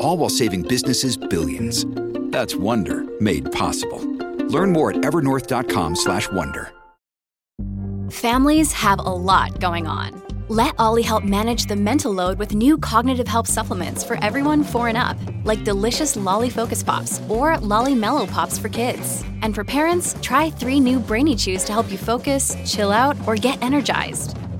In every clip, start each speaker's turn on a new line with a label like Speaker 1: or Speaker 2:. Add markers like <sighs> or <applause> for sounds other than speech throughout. Speaker 1: All while saving businesses billions. That's Wonder made possible. Learn more at evernorth.com/wonder. slash wonder.
Speaker 2: Families have a lot going on. Let Ollie help manage the mental load with new cognitive help supplements for everyone four and up, like delicious Lolly Focus Pops or Lolly Mellow Pops for kids. And for parents, try three new Brainy Chews to help you focus, chill out, or get energized.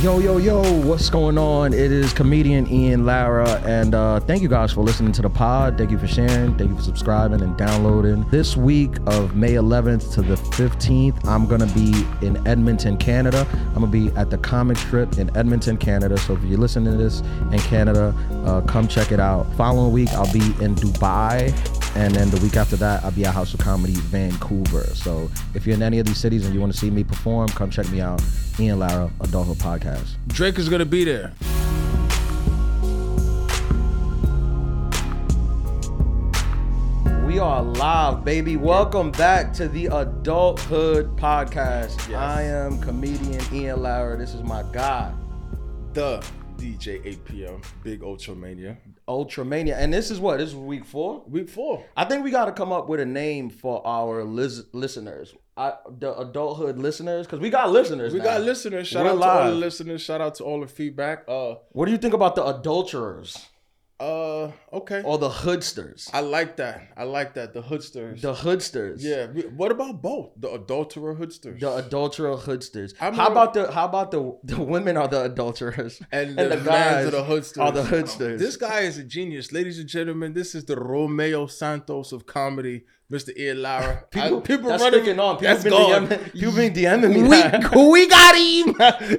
Speaker 3: Yo, yo, yo, what's going on? It is comedian Ian Lara, and uh, thank you guys for listening to the pod. Thank you for sharing, thank you for subscribing and downloading. This week of May 11th to the 15th, I'm gonna be in Edmonton, Canada. I'm gonna be at the comic strip in Edmonton, Canada. So if you're listening to this in Canada, uh, come check it out. Following week, I'll be in Dubai, and then the week after that, I'll be at House of Comedy Vancouver. So if you're in any of these cities and you wanna see me perform, come check me out. Ian Lara, Adulthood Podcast.
Speaker 4: Drake is gonna be there.
Speaker 3: We are live, baby. Welcome back to the Adulthood Podcast. I am comedian Ian Lara. This is my guy,
Speaker 4: The DJ 8 p.m. Big Ultramania.
Speaker 3: Ultramania. And this is what? This is week four?
Speaker 4: Week four.
Speaker 3: I think we got to come up with a name for our lis- listeners. I, the adulthood listeners, because we got listeners.
Speaker 4: We
Speaker 3: now.
Speaker 4: got listeners. Shout
Speaker 3: We're
Speaker 4: out to all
Speaker 3: live.
Speaker 4: the listeners. Shout out to all the feedback. Uh,
Speaker 3: What do you think about the adulterers
Speaker 4: uh, okay.
Speaker 3: or the hoodsters?
Speaker 4: I like that. I like that. The hoodsters.
Speaker 3: The hoodsters.
Speaker 4: yeah. we- What about both? The adulterer hoodsters.
Speaker 3: The adulterer hoodsters.
Speaker 4: I'm
Speaker 3: how
Speaker 4: gonna-
Speaker 3: about the how about the the women are the adulterers <laughs>
Speaker 4: and, the, guys are the hoodsters.
Speaker 3: are the hoodsters?
Speaker 4: This guy is a genius, ladies and gentlemen. This is the Romeo Santos of comedy, Mr. Ian Lara.
Speaker 3: People,
Speaker 4: I- people
Speaker 3: that's
Speaker 4: running
Speaker 3: sticking on. People
Speaker 4: That's
Speaker 3: been
Speaker 4: gone.
Speaker 3: DMing, <laughs> people
Speaker 4: <laughs>
Speaker 3: been DMing me. that.
Speaker 4: We, we got him.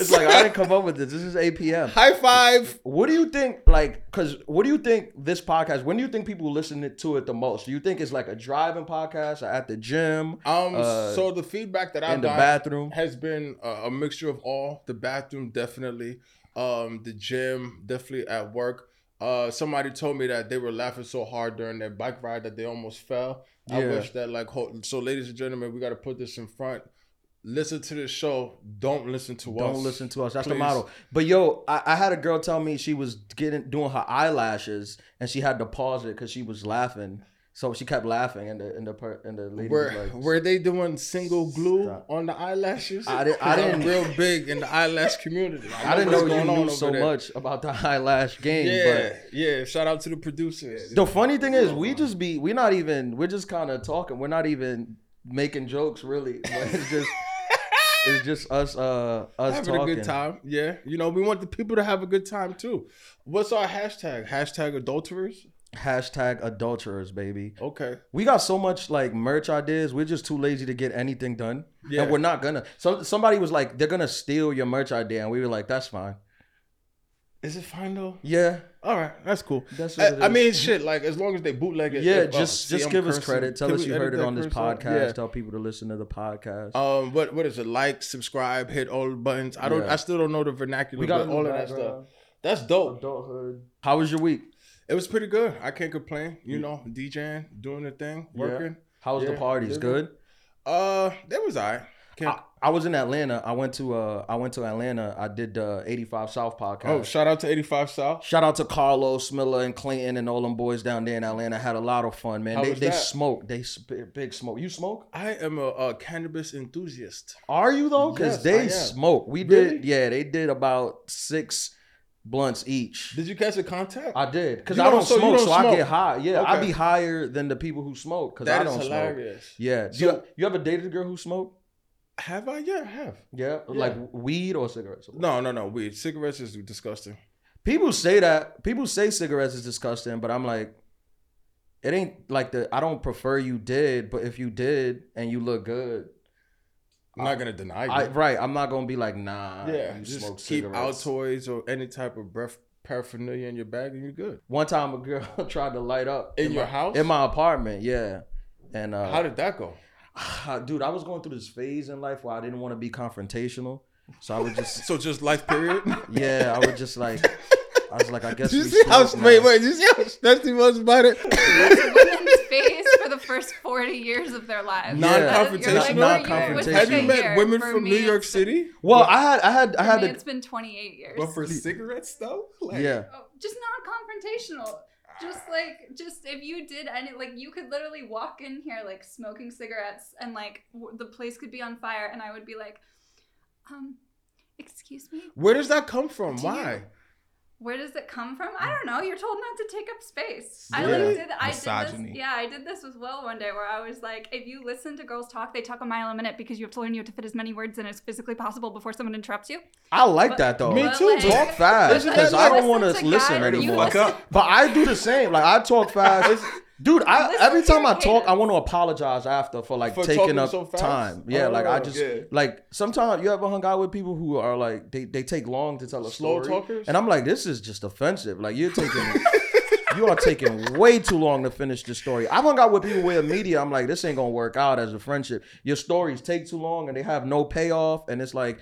Speaker 3: <laughs> It's like I didn't come up with this. This is APM.
Speaker 4: High five.
Speaker 3: What do you think? Like, cause what do you think this podcast? When do you think people listen to it the most? Do you think it's like a driving podcast or at the gym?
Speaker 4: Um.
Speaker 3: Uh,
Speaker 4: so the feedback that I've
Speaker 3: in the
Speaker 4: gotten
Speaker 3: bathroom?
Speaker 4: has been a, a mixture of all. The bathroom, definitely. Um. The gym, definitely at work. Uh. Somebody told me that they were laughing so hard during their bike ride that they almost fell. I
Speaker 3: Yeah.
Speaker 4: wish that like. Ho- so, ladies and gentlemen, we got to put this in front. Listen to the show. Don't listen to us.
Speaker 3: Don't listen to us. That's the
Speaker 4: Please.
Speaker 3: motto. But yo, I, I had a girl tell me she was getting doing her eyelashes and she had to pause it because she was laughing. So she kept laughing, and the and the per, and the lady was
Speaker 4: Were,
Speaker 3: like,
Speaker 4: were they doing single glue
Speaker 3: Stop.
Speaker 4: on the eyelashes?
Speaker 3: I didn't- I
Speaker 4: <laughs> I'm
Speaker 3: didn't-
Speaker 4: real big in the eyelash community.
Speaker 3: I didn't know
Speaker 4: what's
Speaker 3: you
Speaker 4: going on
Speaker 3: knew
Speaker 4: over
Speaker 3: so
Speaker 4: there."
Speaker 3: much about the <laughs> eyelash game,
Speaker 4: Yeah,
Speaker 3: but
Speaker 4: yeah. Shout out to the producers.
Speaker 3: The funny thing is, we just be we're not even we're just kind of talking. We're not even making jokes really. <laughs> But it's just it's just us uh us
Speaker 4: having
Speaker 3: talking.
Speaker 4: a good time. Yeah, you know, we want the people to have a good time too. What's our hashtag? Hashtag adulterers.
Speaker 3: Hashtag adulterers, baby.
Speaker 4: Okay.
Speaker 3: We got so much like merch ideas. We're just too lazy to get anything done,
Speaker 4: Yeah.
Speaker 3: and we're not gonna. So somebody was like, "They're gonna steal your merch idea," and we were like, "That's fine."
Speaker 4: Is it fine though?
Speaker 3: Yeah,
Speaker 4: All right, that's cool.
Speaker 3: That's what it
Speaker 4: I, I
Speaker 3: is.
Speaker 4: mean, shit. Like as long as they bootleg it.
Speaker 3: yeah.
Speaker 4: if, uh,
Speaker 3: just
Speaker 4: see,
Speaker 3: just
Speaker 4: I'm
Speaker 3: give us
Speaker 4: cursing.
Speaker 3: credit. Tell
Speaker 4: Can
Speaker 3: us
Speaker 4: we
Speaker 3: you
Speaker 4: edit
Speaker 3: heard it
Speaker 4: that
Speaker 3: on this
Speaker 4: curse out?
Speaker 3: podcast.
Speaker 4: Yeah.
Speaker 3: Tell people to listen to the podcast.
Speaker 4: Um, what what is it? Like, subscribe, hit all the buttons. I don't.
Speaker 3: Yeah.
Speaker 4: I still don't know the vernacular.
Speaker 3: We got it
Speaker 4: but
Speaker 3: in
Speaker 4: all
Speaker 3: the
Speaker 4: of that stuff.
Speaker 3: background.
Speaker 4: That's dope.
Speaker 3: Adulthood. How was your week?
Speaker 4: It was pretty good. I can't complain. You know, DJing, doing the thing,
Speaker 3: Mm. Yeah.
Speaker 4: working.
Speaker 3: How was the
Speaker 4: Yeah,
Speaker 3: parties?
Speaker 4: living.
Speaker 3: Good.
Speaker 4: Uh, that was alright. Can't-
Speaker 3: I, I was in Atlanta. I went to uh I went to Atlanta. I did the 85 South podcast.
Speaker 4: oh, shout out to 85 South.
Speaker 3: Shout out to Carlos Miller and Clinton and all them boys down there in Atlanta. Had a lot of fun, man.
Speaker 4: How
Speaker 3: they
Speaker 4: was
Speaker 3: they
Speaker 4: that?
Speaker 3: smoke. They sp- big smoke. You smoke?
Speaker 4: I am a, a cannabis enthusiast.
Speaker 3: Are you though? Cuz
Speaker 4: Yes, I
Speaker 3: they
Speaker 4: am.
Speaker 3: smoke. We
Speaker 4: Really?
Speaker 3: did yeah, they did about 6 blunts each.
Speaker 4: Did you catch a contact?
Speaker 3: I did cuz
Speaker 4: You
Speaker 3: I don't
Speaker 4: don't- so you
Speaker 3: smoke, so
Speaker 4: don't
Speaker 3: I get
Speaker 4: smoke?
Speaker 3: high. Yeah, I
Speaker 4: Okay.
Speaker 3: be higher than the people who smoke cuz I
Speaker 4: that is
Speaker 3: don't smoke.
Speaker 4: hilarious.
Speaker 3: Yeah. Do you,
Speaker 4: So-
Speaker 3: you ever dated a girl who smoked?
Speaker 4: Have I? Yeah, I have.
Speaker 3: Yeah, like weed or cigarettes.
Speaker 4: No, no, no. Weed. Cigarettes is disgusting.
Speaker 3: People say that. People say cigarettes is disgusting, but I'm like, it ain't like the I don't prefer you did, but if you did and you look good,
Speaker 4: I'm not gonna deny it.
Speaker 3: I right, I'm not gonna be like nah.
Speaker 4: yeah,
Speaker 3: you
Speaker 4: just
Speaker 3: smoke
Speaker 4: keep
Speaker 3: cigarettes.
Speaker 4: Altoids or any type of breath paraphernalia in your bag, and you're good.
Speaker 3: One time a girl <laughs> tried to light up
Speaker 4: In your
Speaker 3: my-
Speaker 4: house?
Speaker 3: in my apartment, yeah. And uh,
Speaker 4: How did that go?
Speaker 3: dude, <sighs> I was going through this phase in life where I didn't want to be confrontational, so I would
Speaker 4: <laughs>
Speaker 3: just
Speaker 4: So just
Speaker 3: <laughs>
Speaker 4: life period.
Speaker 3: yeah, I would just like I was like I guess
Speaker 4: Did <laughs> you
Speaker 3: we
Speaker 4: see how
Speaker 3: smoke
Speaker 4: wait
Speaker 3: now.
Speaker 4: wait? Did you see how Stephanie was
Speaker 3: <laughs>
Speaker 4: about it? <laughs>
Speaker 5: women's face for the first 40 years of their lives.
Speaker 3: Yeah.
Speaker 5: That is- you're like,
Speaker 4: Non-confrontational.
Speaker 5: what year- what's
Speaker 3: Non-confrontational.
Speaker 4: Have you
Speaker 5: the
Speaker 4: met
Speaker 5: year?
Speaker 4: women
Speaker 5: For
Speaker 4: from
Speaker 5: me,
Speaker 4: New
Speaker 5: it's
Speaker 4: York
Speaker 5: been-
Speaker 4: City?
Speaker 3: Well, I had I had I
Speaker 5: For
Speaker 3: had
Speaker 5: me,
Speaker 3: to
Speaker 5: it's been 28 years.
Speaker 4: But for cigarettes though, <laughs> like,
Speaker 3: yeah.
Speaker 5: Oh, just not confrontational. Just like, just if you did any, like, you could literally walk in here, like, smoking cigarettes, and like, w- the place could be on fire, and I would be like, um, excuse me,
Speaker 4: Where does that come from?
Speaker 5: Do
Speaker 4: Why?
Speaker 5: where does it come from?
Speaker 3: Mm.
Speaker 5: I don't know. You're told not to take up space. I
Speaker 4: Yeah.
Speaker 5: like did I did
Speaker 6: Misogyny.
Speaker 5: this. Yeah, I did this with Will one day where I was like, if you listen to girls talk, they talk a mile a minute because you have to learn you have to fit as many words in as physically possible before someone interrupts you.
Speaker 3: I like that though.
Speaker 4: Me
Speaker 5: But,
Speaker 4: too,
Speaker 5: like-
Speaker 3: Talk fast
Speaker 4: Isn't
Speaker 3: because
Speaker 4: that
Speaker 3: I
Speaker 4: like-
Speaker 3: don't want to
Speaker 5: Listen to
Speaker 3: listen
Speaker 5: guys,
Speaker 6: you
Speaker 3: anymore.
Speaker 6: Fuck listen- up.
Speaker 3: But I do the same. Like I talk fast, dude. I
Speaker 5: Listen
Speaker 3: every
Speaker 5: to
Speaker 3: time
Speaker 5: your
Speaker 3: I talk,
Speaker 5: haters.
Speaker 3: I want to apologize after for like
Speaker 4: For
Speaker 3: taking
Speaker 4: talking
Speaker 3: up
Speaker 4: so fast?
Speaker 3: time. Yeah, like I
Speaker 4: Oh,
Speaker 3: just
Speaker 4: yeah.
Speaker 3: like sometimes you ever hung out with people who are like they they take long to tell a
Speaker 4: Slow
Speaker 3: story,
Speaker 4: talkers?
Speaker 3: and I'm like, this is just offensive. Like you're taking. <laughs> You are taking way too long to finish the story. I've hung out with people where media, I'm like, this ain't gonna work out as a friendship. Your stories take too long and they have no payoff, and it's like,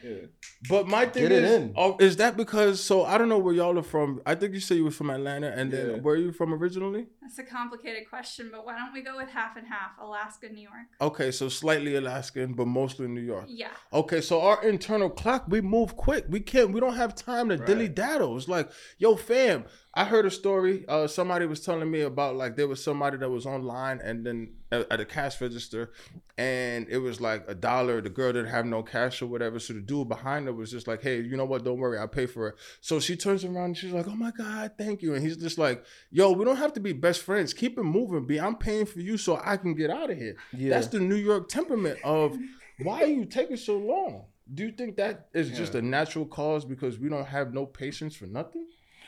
Speaker 4: But my thing
Speaker 3: Get it
Speaker 4: is,
Speaker 3: in.
Speaker 4: oh, is that because? So I don't know where y'all are from. I think you said you were from Atlanta, and
Speaker 3: Yeah.
Speaker 4: then where are you from originally?
Speaker 5: That's a complicated question, but why don't we go with half and half, Alaska, New York?
Speaker 4: Okay, so slightly Alaskan, but mostly New York.
Speaker 5: Yeah.
Speaker 4: Okay, so our internal clock, we move quick. We can't, we don't have time to dilly daddle. It's like, yo, fam, I heard a story. Uh, somebody was telling me about like there was somebody that was online and then uh, at, at a cash register, and it was like a dollar. The girl didn't have no cash or whatever, so the dude behind her was just like, hey, you know what? Don't worry, I'll pay for it. So she turns around and she's like, oh my god, thank you. And he's just like, yo, we don't have to be best friends. Keep it moving, B. I'm paying for you so I can get out of here.
Speaker 3: Yeah.
Speaker 4: That's the New York temperament of why are you taking so long? Do you think that is just a natural cause because we don't have no patience for nothing?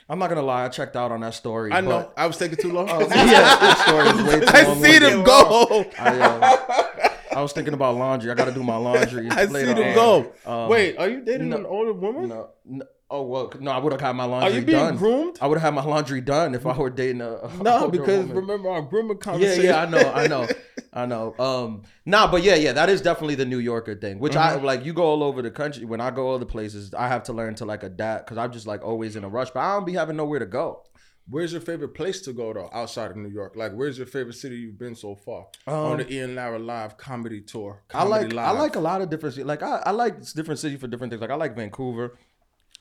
Speaker 3: I'm not gonna lie, I checked out on that story.
Speaker 4: I know.
Speaker 3: but-
Speaker 4: I was taking too long. <laughs>
Speaker 3: yeah, that story is way too
Speaker 4: I
Speaker 3: long
Speaker 4: see them
Speaker 3: winded.
Speaker 4: go.
Speaker 3: I, uh, I was thinking about laundry. I gotta do my laundry.
Speaker 4: <laughs> <laughs> I see
Speaker 3: later
Speaker 4: them
Speaker 3: on.
Speaker 4: go.
Speaker 3: Um,
Speaker 4: Wait, are you dating
Speaker 3: no,
Speaker 4: an older woman?
Speaker 3: No, no. Oh well, no. I would have had my laundry
Speaker 4: Are you being
Speaker 3: done.
Speaker 4: groomed?
Speaker 3: I would have had my laundry done if I were dating a. a
Speaker 4: <laughs> No,
Speaker 3: older
Speaker 4: because
Speaker 3: woman.
Speaker 4: remember our grooming
Speaker 3: yeah,
Speaker 4: conversation.
Speaker 3: yeah, I know,
Speaker 4: <laughs>
Speaker 3: I know, I know. Um, nah, but yeah, yeah, that is definitely the New Yorker thing, which
Speaker 4: Mm-hmm.
Speaker 3: I like. You go all over the country. When I go other places, I have to learn to like adapt because I'm just like always in a rush. But I don't be having nowhere to go.
Speaker 4: Where's your favorite place to go though outside of New York? Like, where's your favorite city you've been so far on the Ian Lara Live comedy tour?
Speaker 3: I
Speaker 4: Comedy
Speaker 3: like I
Speaker 4: Live.
Speaker 3: like a lot of different ci- like I, I like different city for different things. Like I like Vancouver.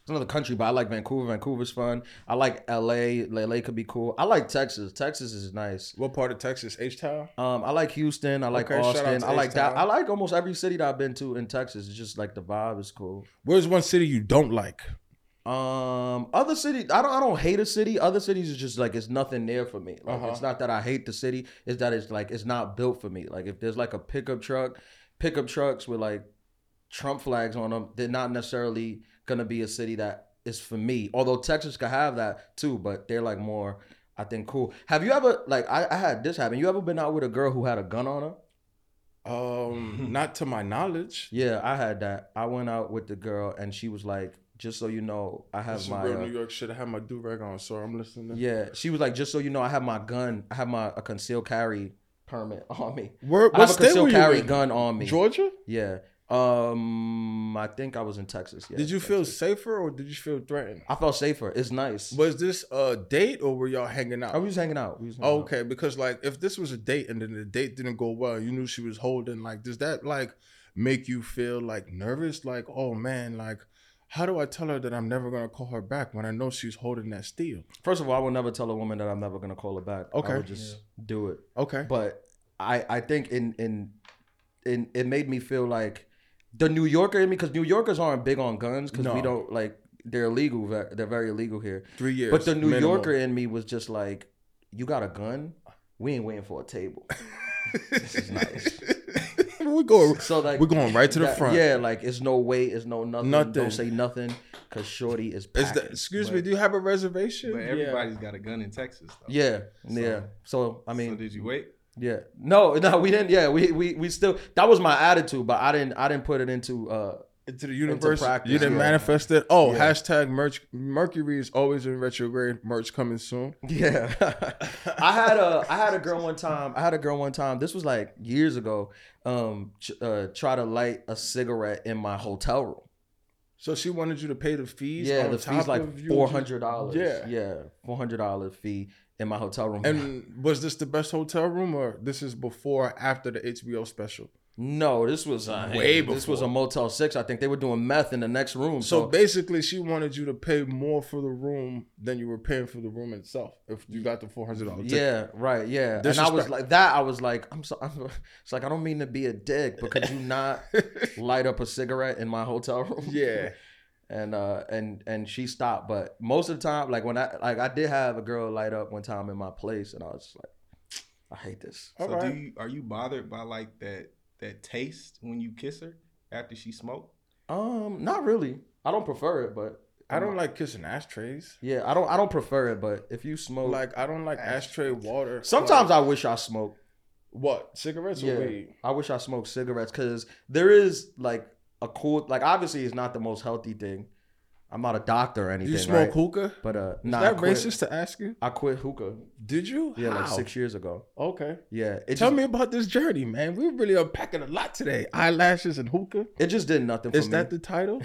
Speaker 3: It's another country, but I like Vancouver. Vancouver's fun. I like LA. LA could be cool. I like Texas. Texas is nice.
Speaker 4: what part of Texas? H Town.
Speaker 3: Um, I like Houston. I like
Speaker 4: Okay, shout out
Speaker 3: Austin.
Speaker 4: to
Speaker 3: I like that.
Speaker 4: H-Town.
Speaker 3: I like almost every city that I've been to in Texas. It's just like the vibe is cool.
Speaker 4: Where's one city you don't like?
Speaker 3: Um, other city, I don't, I don't hate a city. Other cities is just like it's nothing there for me.
Speaker 4: Uh-huh.
Speaker 3: Like it's not that I hate the city. It's that it's like it's not built for me. Like if there's like a pickup truck, pickup trucks with like Trump flags on them, they're not necessarily gonna be a city that is for me. Although Texas could have that too, but they're like more, I think, cool. Have you ever like I, I had this happen? You ever been out with a girl who had a gun on her?
Speaker 4: Um, not to my knowledge.
Speaker 3: Yeah, I had that. I went out with the girl and she was like, just so you know, I have
Speaker 4: This is
Speaker 3: my
Speaker 4: real
Speaker 3: uh,
Speaker 4: New York shit. I have my do rag on, so I'm listening.
Speaker 3: Yeah, she was like, just so you know, I have my gun, I have my a concealed carry permit <laughs> on me.
Speaker 4: Where-
Speaker 3: I have
Speaker 4: what
Speaker 3: a
Speaker 4: state
Speaker 3: concealed
Speaker 4: were you
Speaker 3: carry
Speaker 4: in?
Speaker 3: gun on me.
Speaker 4: Georgia?
Speaker 3: Yeah. Um, I think I was in Texas. Yeah.
Speaker 4: Did you
Speaker 3: Texas.
Speaker 4: feel safer or did you feel threatened?
Speaker 3: I felt safer. It's nice.
Speaker 4: Was this a date or were y'all hanging out?
Speaker 3: I was just hanging out. We was hanging
Speaker 4: Oh,
Speaker 3: out.
Speaker 4: okay, because like if this was a date and then the date didn't go well, you knew she was holding. Like, does that like make you feel like nervous? Like, oh man, like how do I tell her that I'm never gonna call her back when I know she's holding that steel?
Speaker 3: First of all, I would never tell a woman that I'm never gonna call her back. I
Speaker 4: Okay.
Speaker 3: would just do it.
Speaker 4: Okay,
Speaker 3: But I I think in in in it made me feel like the New Yorker in me because New Yorkers aren't big on guns because we
Speaker 4: No.
Speaker 3: don't like they're illegal. ve- They're very illegal here.
Speaker 4: three years.
Speaker 3: But the New
Speaker 4: minimum.
Speaker 3: Yorker in me was just like, "You got a gun? We ain't waiting for a table." this is nice.
Speaker 4: <laughs> we going.
Speaker 3: <laughs> So like
Speaker 4: we're going right to the
Speaker 3: that-
Speaker 4: front.
Speaker 3: Yeah, like it's no wait, it's no nothing.
Speaker 4: Nothing.
Speaker 3: Don't say nothing, cause shorty is.
Speaker 4: Is that,
Speaker 3: packing.
Speaker 4: excuse
Speaker 3: But-
Speaker 4: me, do you have a reservation?
Speaker 6: But everybody's got a gun in Texas. Though.
Speaker 3: Yeah,
Speaker 6: So-
Speaker 3: yeah. So I mean,
Speaker 6: so did you wait?
Speaker 3: Yeah. No, <laughs> no, we didn't. Yeah, we we we still. That was my attitude, but I didn't. I didn't put it into. uh
Speaker 4: into the universe.
Speaker 3: practice,
Speaker 4: you didn't
Speaker 3: yeah.
Speaker 4: manifest it. Oh,
Speaker 3: Yeah.
Speaker 4: hashtag merch. Mercury is always in retrograde. Merch coming soon.
Speaker 3: Yeah. <laughs> I had a I had a girl one time. I had a girl one time. This was like years ago. Um, ch- uh, try to light a cigarette in my hotel room.
Speaker 4: So she wanted you to pay the fees.
Speaker 3: yeah,
Speaker 4: on
Speaker 3: the
Speaker 4: top
Speaker 3: fee's
Speaker 4: of
Speaker 3: like
Speaker 4: you
Speaker 3: four hundred dollars.
Speaker 4: Yeah.
Speaker 3: yeah, four hundred dollar fee in my hotel room.
Speaker 4: And was this the best hotel room, or this is before or after the HBO special?
Speaker 3: no, this was uh,
Speaker 4: Way
Speaker 3: This was a
Speaker 4: before.
Speaker 3: Motel Six. I think they were doing meth in the next room.
Speaker 4: So
Speaker 3: So,
Speaker 4: basically, she wanted you to pay more for the room than you were paying for the room itself. If you got the four hundred dollars,
Speaker 3: Yeah, right. Yeah, and I was
Speaker 4: Disrespect.
Speaker 3: like that. I was like, I'm so. I'm, it's like I don't mean to be a dick, but could you
Speaker 4: <laughs>
Speaker 3: not light up a cigarette in my hotel room?
Speaker 4: yeah.
Speaker 3: and uh, and and she stopped. But most of the time, like when I like I did have a girl light up one time in my place, and I was just like, I hate this.
Speaker 4: All
Speaker 6: so
Speaker 4: right.
Speaker 6: do you are you bothered by like that that taste when you kiss her after she smoked?
Speaker 3: Um, not really. I don't prefer it, but
Speaker 4: I don't like kissing ashtrays.
Speaker 3: yeah, I don't. I don't prefer it, but if you smoke, like
Speaker 4: Like I don't like ashtray water.
Speaker 3: sometimes
Speaker 4: Like,
Speaker 3: I wish I smoked.
Speaker 4: what cigarettes
Speaker 3: yeah,
Speaker 4: or weed?
Speaker 3: I wish I smoked cigarettes because there is like a cool like obviously it's not the most healthy thing. I'm not a doctor or anything.
Speaker 4: you smoke
Speaker 3: right?
Speaker 4: hookah?
Speaker 3: but uh,
Speaker 4: Is
Speaker 3: nah, I
Speaker 4: that
Speaker 3: quit,
Speaker 4: racist to ask you?
Speaker 3: I quit hookah.
Speaker 4: Did you?
Speaker 3: Yeah, like
Speaker 4: How?
Speaker 3: six years ago.
Speaker 4: Okay.
Speaker 3: Yeah, it
Speaker 4: Tell
Speaker 3: just,
Speaker 4: me about this journey, man. We're really unpacking a lot today. Eyelashes and hookah.
Speaker 3: it just did nothing for
Speaker 4: Is
Speaker 3: me.
Speaker 4: that the
Speaker 3: <laughs>
Speaker 4: title?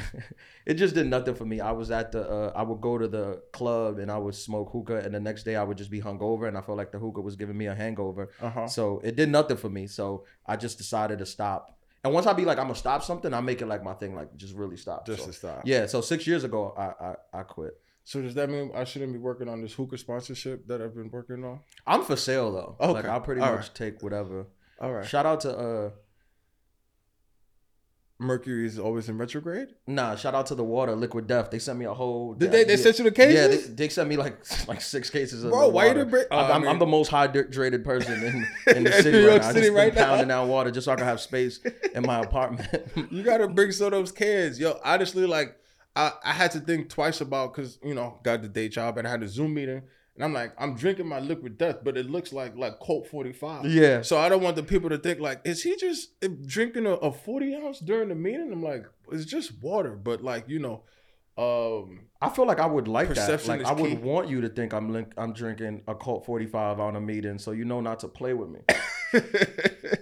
Speaker 3: it just did nothing for me. I was at the uh, I would go to the club and I would smoke hookah, and the next day I would just be hungover, and I felt like the hookah was giving me a hangover.
Speaker 4: Uh-huh.
Speaker 3: So it did nothing for me. So I just decided to stop. And once I be like I'm gonna stop something, I make it like my thing, like just really stop.
Speaker 4: Just
Speaker 3: So-
Speaker 4: to stop.
Speaker 3: Yeah. So six years ago, I I, I quit.
Speaker 4: So does that mean I shouldn't be working on this hookah sponsorship that I've been working on?
Speaker 3: I'm for sale though.
Speaker 4: Okay.
Speaker 3: Like I pretty
Speaker 4: All
Speaker 3: much
Speaker 4: right.
Speaker 3: take whatever.
Speaker 4: All right.
Speaker 3: Shout out to uh
Speaker 4: Mercury is always in retrograde.
Speaker 3: nah. Shout out to the water liquid death. They sent me a whole.
Speaker 4: Did they- they
Speaker 3: yeah.
Speaker 4: sent you the
Speaker 3: Yeah. They,
Speaker 4: cases?
Speaker 3: they sent me like <laughs> like six cases of
Speaker 4: Bro,
Speaker 3: the
Speaker 4: why you
Speaker 3: water.
Speaker 4: didn't bring-
Speaker 3: I'm,
Speaker 4: I
Speaker 3: I'm- I'm
Speaker 4: mean-
Speaker 3: the most hydrated person
Speaker 4: <laughs>
Speaker 3: in, in the
Speaker 4: In
Speaker 3: city
Speaker 4: New
Speaker 3: right
Speaker 4: York
Speaker 3: now. I
Speaker 4: City
Speaker 3: just been
Speaker 4: right now.
Speaker 3: pounding out water just so I can have space in my apartment. <laughs>
Speaker 4: You gotta bring some of those cans. Yo, honestly, like I, I had to think twice about because you know, got the day job and I had a Zoom meeting. And I'm like, I'm drinking my liquid death, but it looks like like Colt 45.
Speaker 3: Yeah.
Speaker 4: So I don't want the people to think like, is he just eh, drinking a, a 40 ounce during the meeting? I'm like, it's just water, but like you know, um, <laughs>
Speaker 3: I feel like I would like that.
Speaker 4: Perception
Speaker 3: Like
Speaker 4: is
Speaker 3: I would
Speaker 4: key.
Speaker 3: want you to think I'm link, I'm drinking a Colt 45 on a meeting, so you know not to play with
Speaker 4: <coughs>
Speaker 3: me.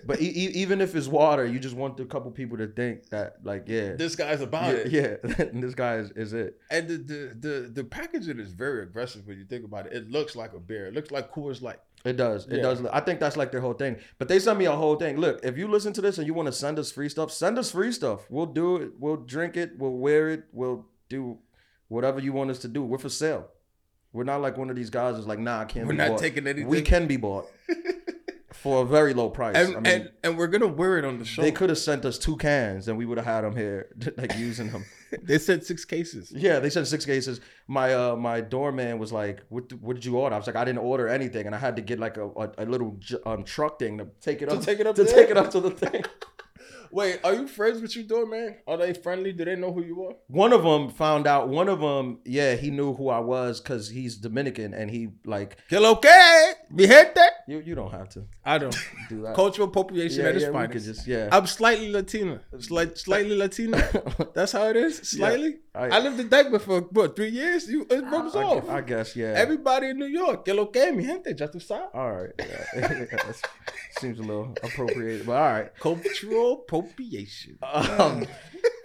Speaker 3: but e- e- even if it's water, you just want a couple people to think that, like, yeah,
Speaker 4: this guy's about
Speaker 3: yeah,
Speaker 4: it.
Speaker 3: yeah, <laughs> this guy is, is it.
Speaker 4: And the, the the the packaging is very aggressive when you think about it. It looks like a beer. It looks like Coors Light.
Speaker 3: It does. It
Speaker 4: Yeah.
Speaker 3: does. I think that's like their whole thing. But they sent me a whole thing. Look, if you listen to this and you want to send us free stuff, send us free stuff. We'll do it. We'll drink it. We'll wear it. We'll do whatever you want us to do. We're for sale. We're not like one of these guys who's like, nah, I can't.
Speaker 4: We're
Speaker 3: be
Speaker 4: not
Speaker 3: bought.
Speaker 4: taking anything.
Speaker 3: We can be
Speaker 4: <laughs>
Speaker 3: bought for a very low price.
Speaker 4: And,
Speaker 3: I mean,
Speaker 4: and and we're gonna wear it on the show.
Speaker 3: they could have sent us two cans and we would have had them here, <laughs> like using them.
Speaker 4: They said six cases.
Speaker 3: Yeah, they sent six cases. My uh my doorman was like, "What th- what did you order?" I was like, "I didn't order anything," and I had to get like a a, a little j- um truck thing to take it
Speaker 4: To
Speaker 3: up
Speaker 4: take it up
Speaker 3: to
Speaker 4: there?
Speaker 3: take it up to the thing. <laughs>
Speaker 4: Wait, are you friends with your doorman? Are they friendly? Do they know who you are?
Speaker 3: one of them found out. One of them, yeah, he knew who I was because he's Dominican and he like
Speaker 4: Kill okay. We hit that.
Speaker 3: you you don't have to
Speaker 4: I don't.
Speaker 3: <laughs> do that.
Speaker 4: Cultural appropriation
Speaker 3: yeah,
Speaker 4: at its
Speaker 3: yeah, we could
Speaker 4: finest.
Speaker 3: just yeah.
Speaker 4: I'm slightly Latina. Slight,
Speaker 3: <laughs>
Speaker 4: slightly Latina. That's how it is. Slightly.
Speaker 3: I-
Speaker 4: I, lived in Dyckman for what three years. You it rubs
Speaker 3: I,
Speaker 4: off.
Speaker 3: gu- I guess yeah.
Speaker 4: Everybody in New York, que lo que, mi gente, ya tú sabes.
Speaker 3: all right, yeah. <laughs> That's- seems a little appropriate, but all right.
Speaker 4: Cultural
Speaker 3: <laughs>
Speaker 4: appropriation.
Speaker 3: Um,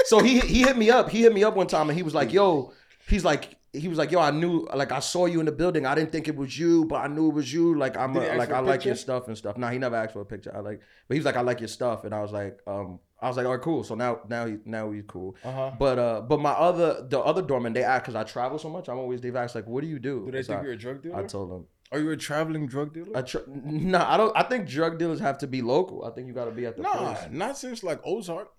Speaker 3: so he he hit me up. He hit me up one time, and he was like, "Yo," he's like, he was like, "Yo, I knew, like, I saw you in the building. I didn't think it was you, but I knew it was you. Like, I'm,
Speaker 4: he
Speaker 3: a,
Speaker 4: ask
Speaker 3: like,
Speaker 4: for
Speaker 3: I
Speaker 4: a
Speaker 3: like your
Speaker 4: picture?
Speaker 3: stuff and stuff." Nah, he never asked for a picture. I like, but he was like, "I like your stuff," and I was like, um, I was like, "All right, cool." So now, now he, now he's cool.
Speaker 4: Uh-huh.
Speaker 3: But uh, but my other, the other doorman, they asked because I travel so much. I'm always they've asked like, "What do you do?"
Speaker 4: Do they
Speaker 3: So
Speaker 4: think
Speaker 3: I-
Speaker 4: you're a drug dealer?
Speaker 3: I told them.
Speaker 4: are you a traveling drug dealer?
Speaker 3: I tr- nah, I don't. I think drug dealers have to be local. I think you got to be at the
Speaker 4: nah,
Speaker 3: place.
Speaker 4: not since like Ozark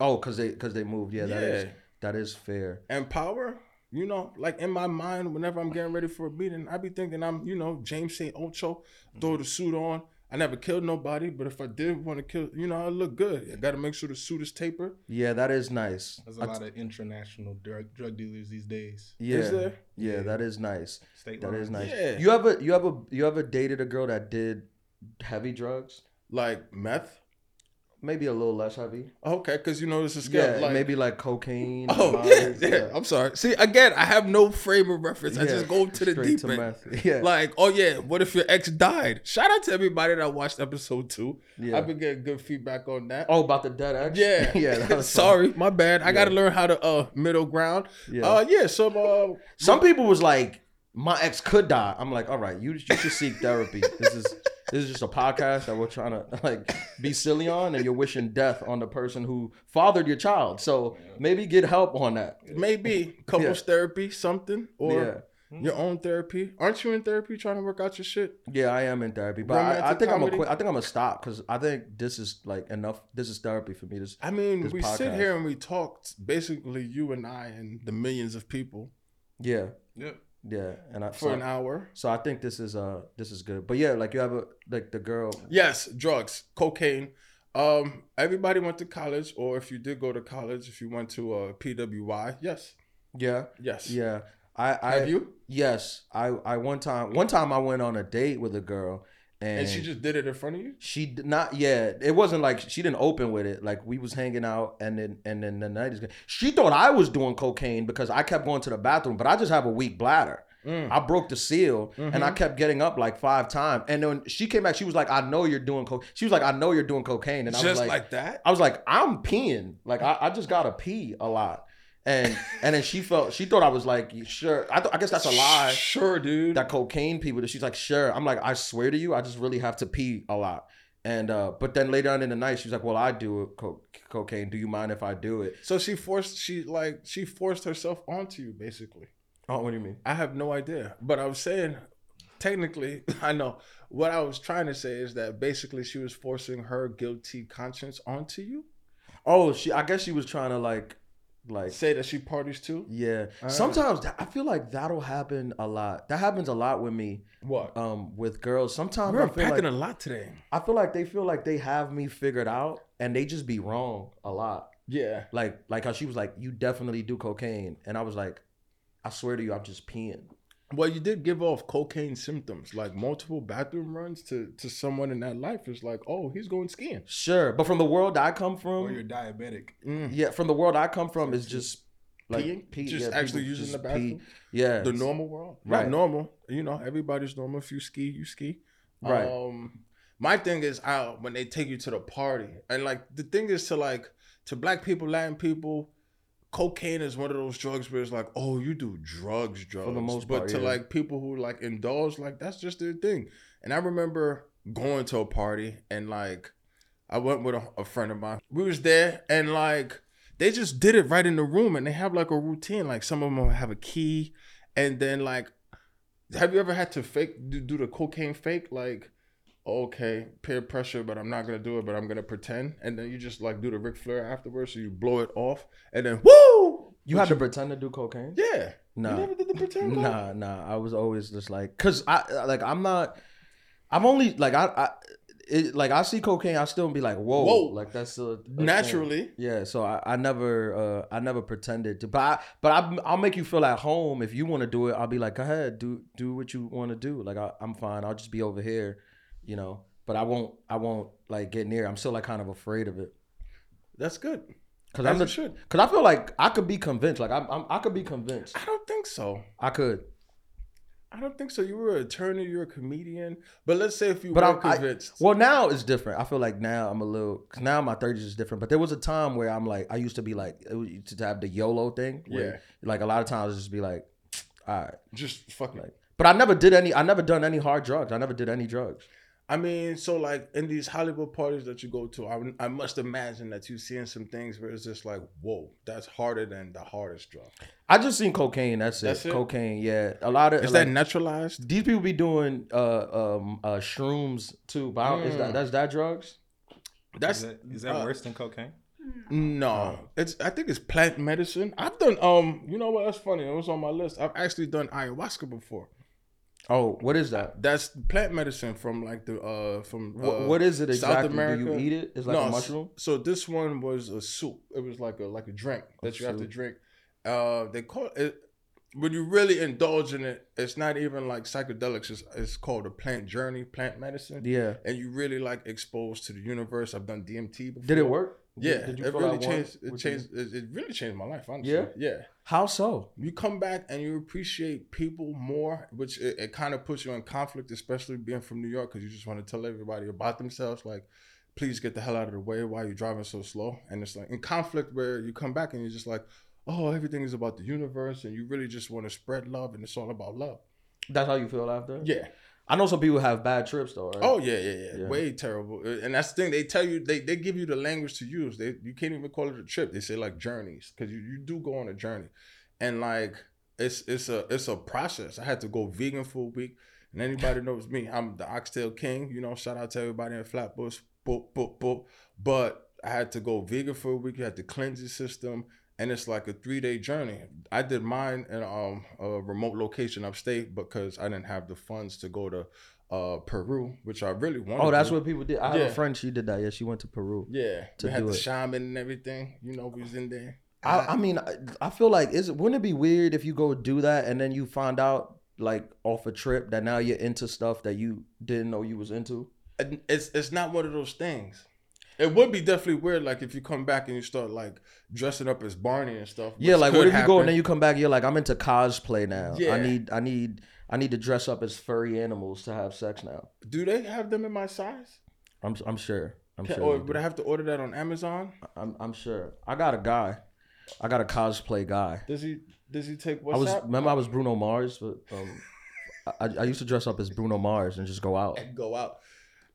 Speaker 3: Oh, cause they cause they moved. Yeah, that is
Speaker 4: Yeah.
Speaker 3: that is fair.
Speaker 4: and Power. You know, like in my
Speaker 3: Mm-hmm.
Speaker 4: mind, whenever I'm getting ready for a meeting, I be thinking I'm, you know, James St. Ocho, throw the suit on. I never killed nobody, but if I did want to kill, you know, I look good. I got to make sure the suit is tapered.
Speaker 3: Yeah, that is nice.
Speaker 6: There's a
Speaker 3: I-
Speaker 6: lot of international drug, drug dealers these days.
Speaker 3: yeah,
Speaker 4: Is there?
Speaker 3: yeah,
Speaker 6: Yeah.
Speaker 3: that is nice.
Speaker 6: State
Speaker 3: That
Speaker 6: lines.
Speaker 3: is nice.
Speaker 4: Yeah.
Speaker 3: You ever, you ever, you ever dated a girl that did heavy drugs?
Speaker 4: Like meth.
Speaker 3: Maybe a little less heavy.
Speaker 4: Okay, because you know this is
Speaker 3: Yeah,
Speaker 4: scale. like,
Speaker 3: maybe like cocaine.
Speaker 4: <laughs> Oh
Speaker 3: lines,
Speaker 4: yeah, yeah, I'm sorry. See, again, I have no frame of reference. I
Speaker 3: Yeah,
Speaker 4: just go to the
Speaker 3: straight
Speaker 4: deep end.
Speaker 3: meth. <laughs> Yeah,
Speaker 4: Like, oh yeah, what if your ex died? Shout out to everybody that watched episode two.
Speaker 3: yeah.
Speaker 4: I've been getting good feedback on that.
Speaker 3: oh, about the dead ex.
Speaker 4: yeah,
Speaker 3: <laughs> yeah.
Speaker 4: <laughs>
Speaker 3: that was fun.
Speaker 4: sorry, my bad. I got to learn how to uh middle ground.
Speaker 3: Yeah.
Speaker 4: Uh, yeah. Some uh,
Speaker 3: Some people was like, my ex could die. I'm like, all right, you, you should seek therapy. This is this is just a podcast that we're trying to <laughs> like be silly on, and you're wishing death on the person who fathered your child. So maybe get help on that.
Speaker 4: maybe couples therapy, something or your own therapy. Aren't you in therapy trying to work out your shit?
Speaker 3: yeah, yeah, I am in therapy, but I, I
Speaker 4: Romantic
Speaker 3: think I'm
Speaker 4: comedy?
Speaker 3: gonna quit. I think I'm gonna stop because I think this is like enough. This is therapy for me. This
Speaker 4: I mean,
Speaker 3: This
Speaker 4: we sit
Speaker 3: podcast.
Speaker 4: here and we talked basically you and I and the millions of people
Speaker 3: yeah,
Speaker 6: Yep.
Speaker 3: yeah, and I
Speaker 4: for
Speaker 3: so,
Speaker 4: an hour.
Speaker 3: so I think this is uh this is good. But yeah, like you have a like the girl.
Speaker 4: Yes, drugs, cocaine. Um, everybody went to college, or if you did go to college, if you went to uh, PWI, yes,
Speaker 3: Yeah,
Speaker 4: yes,
Speaker 3: yeah. I, I
Speaker 4: Have you?
Speaker 3: Yes, I I one time one time I went on a date with a girl and,
Speaker 4: And, she just did it in front of you.
Speaker 3: she did not yeah it wasn't like she didn't open with it like we was hanging out and then and then the night is good. she thought I was doing cocaine because I kept going to the bathroom but I just have a weak bladder. I broke the seal and I kept getting up like five times and then she came back she was like I know you're doing coke she was like I know you're doing cocaine and I was
Speaker 4: Just like,
Speaker 3: like,
Speaker 4: that.
Speaker 3: I was like, I'm peeing. Like I, I just gotta pee a lot. And and then she felt she thought I was like, sure. I, th- I guess that's a lie
Speaker 4: Sure, dude.
Speaker 3: that cocaine people that she's like sure i'm like i swear to you i just really have to pee a lot and uh but then later on in the night she's like well i do co- cocaine do you mind if i do it
Speaker 4: so she forced. She like she forced herself onto you, basically.
Speaker 3: oh what do you mean
Speaker 4: I have no idea, but I was saying, technically, <laughs> I know what I was trying to say is that basically she was forcing her guilty conscience onto you.
Speaker 3: oh she i guess she was trying to like like
Speaker 4: Say Uh-huh. that she parties too.
Speaker 3: yeah sometimes that, i feel like that'll happen a lot that happens a lot with me
Speaker 4: What?
Speaker 3: um with girls sometimes
Speaker 4: We're
Speaker 3: I feel,
Speaker 4: unpacking
Speaker 3: like,
Speaker 4: a lot today.
Speaker 3: I feel like they feel like they have me figured out and they just be wrong a lot
Speaker 4: Yeah.
Speaker 3: like like how she was like you definitely do cocaine and i was like i swear to you i'm just peeing
Speaker 4: Well, you did give off cocaine symptoms, like multiple bathroom runs to to someone in that life. It's like, oh, he's going skiing.
Speaker 3: Sure, but from the world I come
Speaker 6: Or
Speaker 3: from,
Speaker 4: <laughs>
Speaker 6: you're diabetic.
Speaker 3: yeah, from the world I come from is just Mm. like
Speaker 4: Peeing?
Speaker 3: pee,
Speaker 4: Just
Speaker 3: yeah,
Speaker 4: actually
Speaker 3: people
Speaker 4: using
Speaker 3: just
Speaker 4: the bathroom?
Speaker 3: pee. Yeah,
Speaker 4: The normal world,
Speaker 3: Right.
Speaker 4: Not normal. You know, everybody's normal. If you ski, you ski.
Speaker 3: Right.
Speaker 4: Um, my thing is out when they take you to the party, and like the thing is to like to black people, Latin people. Cocaine is one of those drugs where it's like, oh, you do drugs, drugs.
Speaker 3: most
Speaker 4: but
Speaker 3: part,
Speaker 4: to
Speaker 3: yeah.
Speaker 4: like people who like indulge, like that's just their thing. And I remember going to a party and like I went with a, a friend of mine. We was there and like they just did it right in the room and they have like a routine. Like some of them will have a key and then like have you ever had to fake do, do the cocaine fake like okay peer pressure but I'm not gonna do it but I'm gonna pretend and then you just like do the Ric Flair afterwards so you blow it off and then woo
Speaker 3: you had to pretend to do cocaine.
Speaker 4: yeah
Speaker 3: Nah.
Speaker 4: you never did the pretend part?
Speaker 3: Nah, nah. I was always just like, cause I like I'm not. I'm only like I, I it, like I see cocaine, I still be like, whoa,
Speaker 4: Whoa.
Speaker 3: like that's a, a thing.
Speaker 4: naturally
Speaker 3: Yeah, so I, I never uh, I never pretended to, but I, but I, I'll make you feel at home if you want to do it. I'll be like, go ahead, do do what you want to do. Like I, I'm fine. I'll just be over here, you know. But I won't I won't like get near. I'm still like kind of afraid of it
Speaker 4: that's good
Speaker 3: because
Speaker 4: As
Speaker 3: I'm
Speaker 4: you
Speaker 3: the
Speaker 4: should.
Speaker 3: because I feel like I could be convinced. Like I'm, I'm I could be convinced.
Speaker 4: I don't think so
Speaker 3: I could.
Speaker 4: I don't think so you were an attorney you're a comedian but let's say if you
Speaker 3: But
Speaker 4: were
Speaker 3: I'm I-
Speaker 4: convinced
Speaker 3: well, now it's different. I feel like now I'm a little. Cause now my 30s is different. But there was a time where I'm like, I used to be like it was- to have the YOLO thing. Where,
Speaker 4: Yeah.
Speaker 3: Like a lot of times, just be like, all right.
Speaker 4: just fucking
Speaker 3: But I never did any. I never done any hard drugs. I never did any drugs.
Speaker 4: I mean, so like in these Hollywood parties that you go to, I, I must imagine that you're seeing some things where it's just like, whoa, that's harder than the hardest drug.
Speaker 3: I just seen cocaine. That's it.
Speaker 4: That's it?
Speaker 3: Cocaine. Yeah. A lot of
Speaker 4: Is
Speaker 3: like,
Speaker 4: that naturalized?
Speaker 3: these people be doing uh um uh shrooms too. But I don't, is
Speaker 4: Mm.
Speaker 3: that that's that drugs?
Speaker 4: That's
Speaker 6: Is that, is that
Speaker 4: uh,
Speaker 6: worse than cocaine?
Speaker 5: Hmm.
Speaker 4: No, it's I think it's plant medicine. I've done um, you know what? That's funny. It was on my list. I've actually done ayahuasca before. Oh,
Speaker 3: What is that?
Speaker 4: that's plant medicine from like the uh from
Speaker 3: Wha-
Speaker 4: uh,
Speaker 3: what is it
Speaker 4: South
Speaker 3: exactly? Do you
Speaker 4: America.
Speaker 3: eat it? It's like a
Speaker 4: s-
Speaker 3: mushroom.
Speaker 4: So this one was a soup. It was like a like a drink
Speaker 3: A
Speaker 4: that you have to
Speaker 3: soup.
Speaker 4: drink. Uh, they call it when you really indulge in it. It's not even like psychedelics. It's, it's called a plant journey, plant medicine,
Speaker 3: Yeah.
Speaker 4: and you really like exposed to the universe. I've done DMT. Before.
Speaker 3: Did it work?
Speaker 4: Yeah,
Speaker 3: Did you
Speaker 4: it
Speaker 3: feel
Speaker 4: really
Speaker 3: that warmth
Speaker 4: changed. It
Speaker 3: with you?
Speaker 4: changed. It, it really changed my life. Honestly.
Speaker 3: Yeah?
Speaker 4: yeah
Speaker 3: How so?
Speaker 4: you come back and you appreciate people more, which it, it kind of puts you in conflict, especially being from New York, because you just want to tell everybody about themselves. Like, please get the hell out of the way. Why are you driving so slow? And it's like in conflict where you come back and you're just like, oh, everything is about the universe, and you really just want to spread love, and it's all about love.
Speaker 3: That's how you feel after?
Speaker 4: Yeah.
Speaker 3: I know some people have bad trips though, right?
Speaker 4: Oh yeah, yeah, yeah,
Speaker 3: Yeah.
Speaker 4: Way terrible. Uh, And that's the thing. They tell you they, they give you the language to use. They you can't even call it a trip. They say like journeys because you, you do go on a journey, and like it's it's a it's a process. I had to go vegan for a week, and anybody knows me, I'm the oxtail king. You know, shout out to everybody in Flatbush. Boop boop boop. But I had to go vegan for a week. You had to cleanse your system. And it's like a three day journey. I did mine in um, a remote location upstate because I didn't have the funds to go to uh Peru, which I really wanted.
Speaker 3: Oh, that's
Speaker 4: to.
Speaker 3: what people did. I have
Speaker 4: Yeah.
Speaker 3: a friend. She did that. Yeah, she went to Peru.
Speaker 4: Yeah,
Speaker 3: to
Speaker 4: we had
Speaker 3: do
Speaker 4: the
Speaker 3: it.
Speaker 4: shaman and everything. You know, we was in there.
Speaker 3: I, I mean, I, I feel like is wouldn't it be weird if you go do that and then you find out like off a trip that now you're into stuff that you didn't know you was into?
Speaker 4: And it's it's not one of those things. It would be definitely weird, like if you come back and you start like dressing up as Barney and stuff.
Speaker 3: Yeah,
Speaker 4: which
Speaker 3: like
Speaker 4: could
Speaker 3: what if you go
Speaker 4: happen.
Speaker 3: and then you come back, you're like, I'm into cosplay now. I
Speaker 4: Yeah.
Speaker 3: need, I need, I need to dress up as furry animals to have sex now.
Speaker 4: Do they have them in my size?
Speaker 3: I'm, I'm sure. I'm
Speaker 4: Can-
Speaker 3: sure.
Speaker 4: or
Speaker 3: they do.
Speaker 4: would I have to order that on Amazon?
Speaker 3: I'm, I'm sure. I got a guy. I got a cosplay guy.
Speaker 4: Does he does he take
Speaker 3: I was
Speaker 4: WhatsApp?
Speaker 3: remember I was Bruno Mars, but um, I, I used to dress up as Bruno Mars and just go out.
Speaker 4: and go out.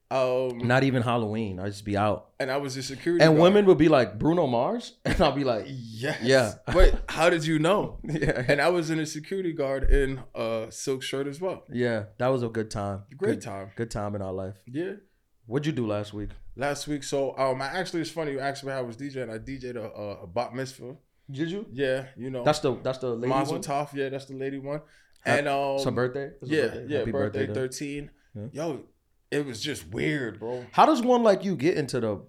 Speaker 4: Um,
Speaker 3: Not even Halloween. I just be out,
Speaker 4: and I was a security.
Speaker 3: and
Speaker 4: guard.
Speaker 3: women would be like Bruno Mars, <laughs> and I'll be like,
Speaker 4: Yes.
Speaker 3: Yeah.
Speaker 4: Wait, how did you know?
Speaker 3: <laughs> yeah,
Speaker 4: And I was in a security guard in a silk shirt as well.
Speaker 3: yeah. That was a good time.
Speaker 4: Great
Speaker 3: Good-
Speaker 4: time.
Speaker 3: Good time in our life.
Speaker 4: Yeah.
Speaker 3: What'd you do last week?
Speaker 4: last week. So um, I actually it's funny you asked me how I was DJing. I DJed a, a, a bat mitzvah.
Speaker 3: Did you?
Speaker 4: Yeah, you know
Speaker 3: That's the that's the lady
Speaker 4: Mazel
Speaker 3: one?
Speaker 4: Tov. Yeah, that's the lady one.
Speaker 3: Hap-
Speaker 4: And um,
Speaker 3: It's her birthday. It's her
Speaker 4: yeah,
Speaker 3: birthday.
Speaker 4: yeah,
Speaker 3: Happy
Speaker 4: birthday,
Speaker 3: to-
Speaker 4: thirteen.
Speaker 3: Yeah.
Speaker 4: Yo, it was just weird, bro.
Speaker 3: How does one like you get into the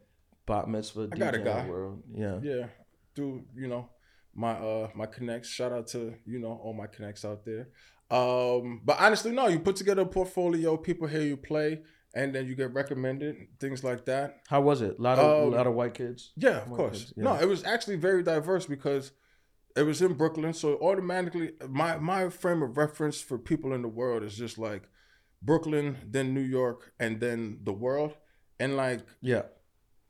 Speaker 3: bot mitzvah?
Speaker 4: I got a
Speaker 3: DJing
Speaker 4: guy.
Speaker 3: World? Yeah.
Speaker 4: Yeah, through you know my uh my connects. Shout out to you know all my connects out there. Um, but honestly, no, you put together a portfolio. People hear you play, and then you get recommended things like that.
Speaker 3: How was it? A lot of
Speaker 4: Um,
Speaker 3: lot of white kids.
Speaker 4: Yeah, of
Speaker 3: More
Speaker 4: course.
Speaker 3: kids, yeah.
Speaker 4: No, it was actually very diverse because it was in Brooklyn, so automatically my my frame of reference for people in the world is just like Brooklyn, then New York, and then the world. And like
Speaker 3: Yeah.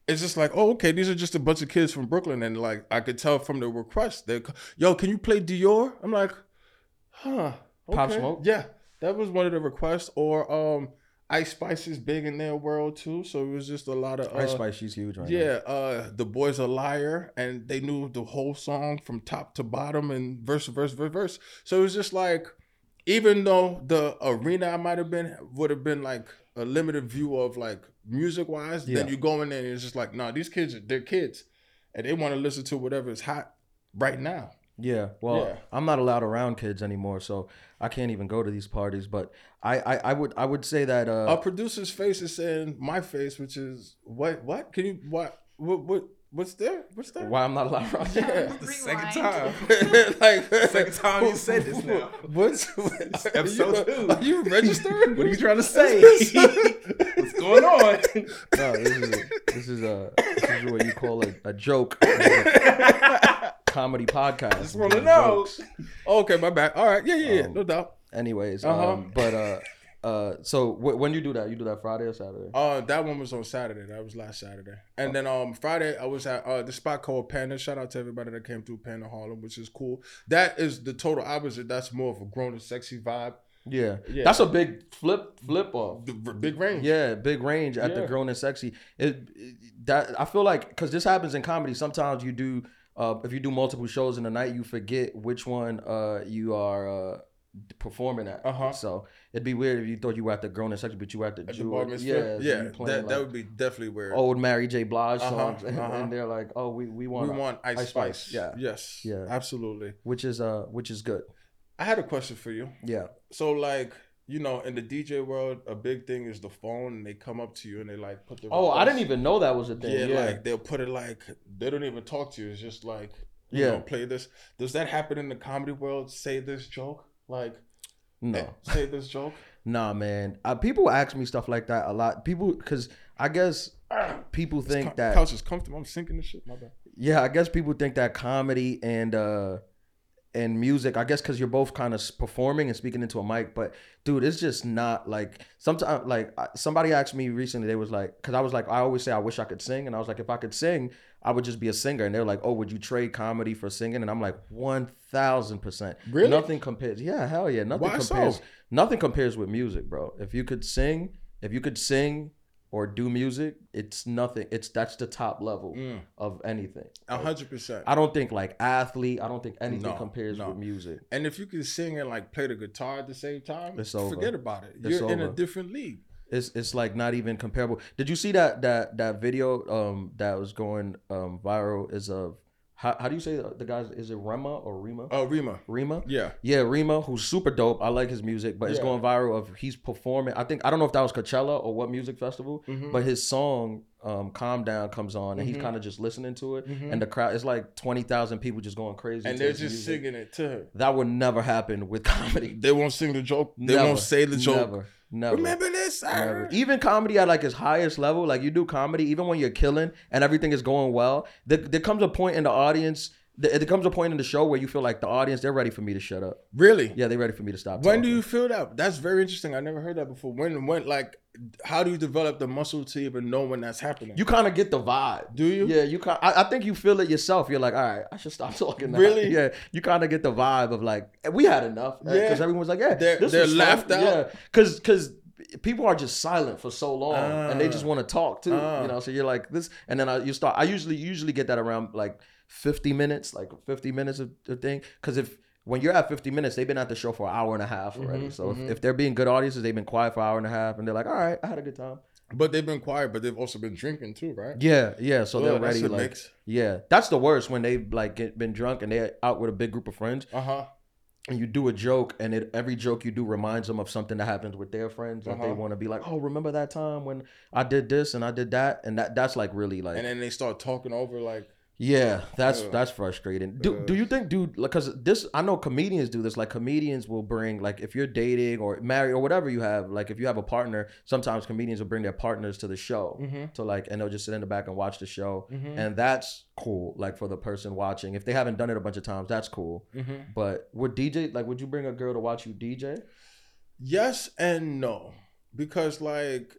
Speaker 4: it's just like, oh, okay, these are just a bunch of kids from Brooklyn, and like I could tell from the request, they, yo, can you play Dior? I'm like, huh?
Speaker 3: Pop Smoke?
Speaker 4: Yeah, that was one of the requests. Or um, Ice Spice is big in their world too, so it was just a lot of
Speaker 3: Ice
Speaker 4: uh,
Speaker 3: Spice, she's huge right now.
Speaker 4: yeah, uh, the boy's a liar, and they knew the whole song from top to bottom and verse, verse, verse, verse. So it was just like, even though the arena I might have been would have been like a limited view of like music wise, then
Speaker 3: Yeah.
Speaker 4: you go in there and it's just like, nah, these kids, are- they're kids, and they want to listen to whatever is hot right now.
Speaker 3: Yeah, well,
Speaker 4: Yeah.
Speaker 3: I'm not allowed around kids anymore, so I can't even go to these parties. But I, I, I would, I would say that. Uh,
Speaker 4: Our producer's face is saying my face, which is what? What can you? What? What? what what's there? What's there?
Speaker 3: why I'm not allowed around? <laughs>
Speaker 4: Yeah.
Speaker 6: The second
Speaker 5: Rewind.
Speaker 4: <laughs>
Speaker 6: time.
Speaker 4: like <laughs>
Speaker 6: Second time you said
Speaker 3: <laughs>
Speaker 6: this now.
Speaker 4: What's
Speaker 6: It's
Speaker 4: are
Speaker 6: episode
Speaker 4: you, <laughs>
Speaker 6: two.
Speaker 4: Are you registered?
Speaker 6: What are you trying to say? <laughs> What's going on? <laughs>
Speaker 3: No, this is a, this is a this is what you call a, a joke, a comedy podcast.
Speaker 6: Just want to
Speaker 3: It's
Speaker 6: know.
Speaker 3: jokes.
Speaker 4: okay, my bad. All right, yeah, yeah, yeah,
Speaker 3: Um,
Speaker 4: no doubt.
Speaker 3: Anyways,
Speaker 4: Uh-huh.
Speaker 3: um, but uh, uh, so w- when you do that, you do that Friday or Saturday?
Speaker 4: Uh, that one was on Saturday. That was last Saturday. And then um Friday, I was at uh the spot called Panda. Shout out to everybody that came through Panda Harlem, which is cool. That is the total opposite. That's more of a grown and sexy vibe.
Speaker 3: yeah.
Speaker 4: yeah.
Speaker 3: that's a big flip, flip off.
Speaker 4: The r- big range.
Speaker 3: Yeah, big range at the
Speaker 4: Yeah.
Speaker 3: grown and sexy. It, it- that I feel like because this happens in comedy. Sometimes you do uh, if you do multiple shows in a night, you forget which one uh, you are uh, d- performing at.
Speaker 4: Uh-huh.
Speaker 3: So it'd be weird if you thought you were at the grown and sexy, but you were at the,
Speaker 4: At the
Speaker 3: Jew-
Speaker 4: bar mitzvah.
Speaker 3: yeah, so
Speaker 4: yeah.
Speaker 3: you
Speaker 4: That,
Speaker 3: playing,
Speaker 4: that
Speaker 3: like,
Speaker 4: would be definitely weird.
Speaker 3: old Mary J. Blige
Speaker 4: Uh-huh,
Speaker 3: songs, and,
Speaker 4: uh-huh.
Speaker 3: and they're like, oh, we we
Speaker 4: we
Speaker 3: want,
Speaker 4: want Ice,
Speaker 3: Ice
Speaker 4: Spice.
Speaker 3: Spice, yeah.
Speaker 4: Yes.
Speaker 3: Yeah.
Speaker 4: Absolutely.
Speaker 3: which is uh which is good.
Speaker 4: I had a question for you.
Speaker 3: Yeah,
Speaker 4: So like you know, in the DJ world, a big thing is the phone, and they come up to you and they like put the.
Speaker 3: Oh, I didn't
Speaker 4: request-
Speaker 3: even know that was a thing.
Speaker 4: Yeah,
Speaker 3: Yeah,
Speaker 4: like they'll put it like they don't even talk to you. It's just like, you
Speaker 3: Yeah.
Speaker 4: know, play this. Does that happen in the comedy world? Say this joke, like
Speaker 3: no,
Speaker 4: say this joke.
Speaker 3: nah, man. Uh, people ask me stuff like that a lot. People, because I guess people <laughs> think
Speaker 4: Co-
Speaker 3: that
Speaker 4: couch is comfortable. I'm sinking this shit. My bad.
Speaker 3: Yeah, I guess people think that comedy and uh and music, I guess cuz you're both kind of performing and speaking into a mic, but dude, it's just not like sometimes like I- somebody asked me recently they was like cuz I was like I always say I wish I could sing and I was like if I could sing, I would just be a singer and they're like, "Oh, would you trade comedy for singing?" and I'm like 1000%.
Speaker 4: Really?
Speaker 3: Nothing compares. Yeah, hell yeah, nothing
Speaker 4: Why so?
Speaker 3: compares. Nothing compares with music, bro. If you could sing, if you could sing or do music, it's nothing. It's that's the top level
Speaker 4: Mm.
Speaker 3: of anything.
Speaker 4: A
Speaker 3: Like,
Speaker 4: hundred percent.
Speaker 3: I don't think like athlete. I don't think anything
Speaker 4: No,
Speaker 3: compares
Speaker 4: no.
Speaker 3: with music.
Speaker 4: And if you can sing and like play the guitar at the same time,
Speaker 3: It's over.
Speaker 4: forget about it.
Speaker 3: It's
Speaker 4: You're in a
Speaker 3: over.
Speaker 4: different league.
Speaker 3: It's it's like not even comparable. Did you see that that that video um that was going um viral is of how, how do you say the guys is it Rema or Rima?
Speaker 4: Oh, Rima.
Speaker 3: Rima?
Speaker 4: Yeah.
Speaker 3: Uh, Yeah, Rima, who's super dope. I like his music, but it's
Speaker 4: Yeah.
Speaker 3: going viral of he's performing. I think I don't know if that was Coachella or what music festival,
Speaker 4: Mhm.
Speaker 3: but his song um, "Calm Down" comes on, and
Speaker 4: Mhm.
Speaker 3: he's kind of just listening to it,
Speaker 4: Mhm.
Speaker 3: and the crowd it's like twenty thousand people Mm-hmm. just going crazy,
Speaker 4: and
Speaker 3: to
Speaker 4: they're
Speaker 3: his
Speaker 4: just
Speaker 3: music.
Speaker 4: singing it to her.
Speaker 3: That would never happen with comedy.
Speaker 4: They won't sing the joke. <laughs> They
Speaker 3: Never,
Speaker 4: won't say the joke.
Speaker 3: Never, never.
Speaker 4: Remember this? E-, I
Speaker 3: Never.
Speaker 4: heard-
Speaker 3: Even comedy at like its highest level, like you do comedy, even when you're killing and everything is going well, there, there comes a point in the audience, there, there comes a point in the show where you feel like the audience they're ready for me to shut up.
Speaker 4: Really?
Speaker 3: Yeah, they're ready for me to stop.
Speaker 4: When
Speaker 3: talking.
Speaker 4: do you feel that? That's very interesting. I never heard that before. When when like how do you develop the muscle to even know when that's happening?
Speaker 3: you kind of get the vibe.
Speaker 4: do you?
Speaker 3: Yeah, you kind. I, I think you feel it yourself. You're like, all right, I should stop <laughs> talking. Now.
Speaker 4: Really?
Speaker 3: Yeah, you kind of get the vibe of like, eh, we had enough.
Speaker 4: Yeah.
Speaker 3: because everyone's like, yeah,
Speaker 4: They're-
Speaker 3: this
Speaker 4: they're
Speaker 3: was fun.
Speaker 4: laughed out.
Speaker 3: Yeah, because because people are just silent for so long and they just
Speaker 4: Ah.
Speaker 3: want to talk too.
Speaker 4: Ah.
Speaker 3: you know, so you're like this, and then I, you start. I usually usually get that around like 50 minutes, like 50 minutes of the thing, because if when you're at 50 minutes, they've been at the show for an hour and a half already.
Speaker 4: Mhm,
Speaker 3: so
Speaker 4: mhm.
Speaker 3: If, if they're being good audiences, they've been quiet for an hour and a half, and they're like, all right, I had a good time.
Speaker 4: But they've been quiet, but they've also been drinking too, right?
Speaker 3: Yeah, yeah. So
Speaker 4: Well,
Speaker 3: they're
Speaker 4: that's
Speaker 3: ready.
Speaker 4: a
Speaker 3: Like,
Speaker 4: mix.
Speaker 3: yeah, that's the worst when they like get, been drunk and they're out with a big group of friends,
Speaker 4: Uh huh.
Speaker 3: and you do a joke, and it, every joke you do reminds them of something that happened with their friends, that they
Speaker 4: Uh-huh.
Speaker 3: want to be like, oh, remember that time when I did this and I did that, and that that's like really like,
Speaker 4: And then they start talking over like
Speaker 3: yeah, that's
Speaker 4: Ugh.
Speaker 3: that's frustrating. Do do
Speaker 4: Ugh.
Speaker 3: you think, dude? Because this, I know comedians do this. Like comedians will bring like if you're dating or married or whatever you have, like if you have a partner, sometimes comedians will bring their partners to the show
Speaker 4: Mhm.
Speaker 3: to like, and they'll just sit in the back and watch the show
Speaker 4: Mhm.
Speaker 3: and that's cool like for the person watching if they haven't done it a bunch of times that's cool
Speaker 4: Mhm.
Speaker 3: but would dj like would you bring a girl to watch you dj
Speaker 4: Yes and no, because like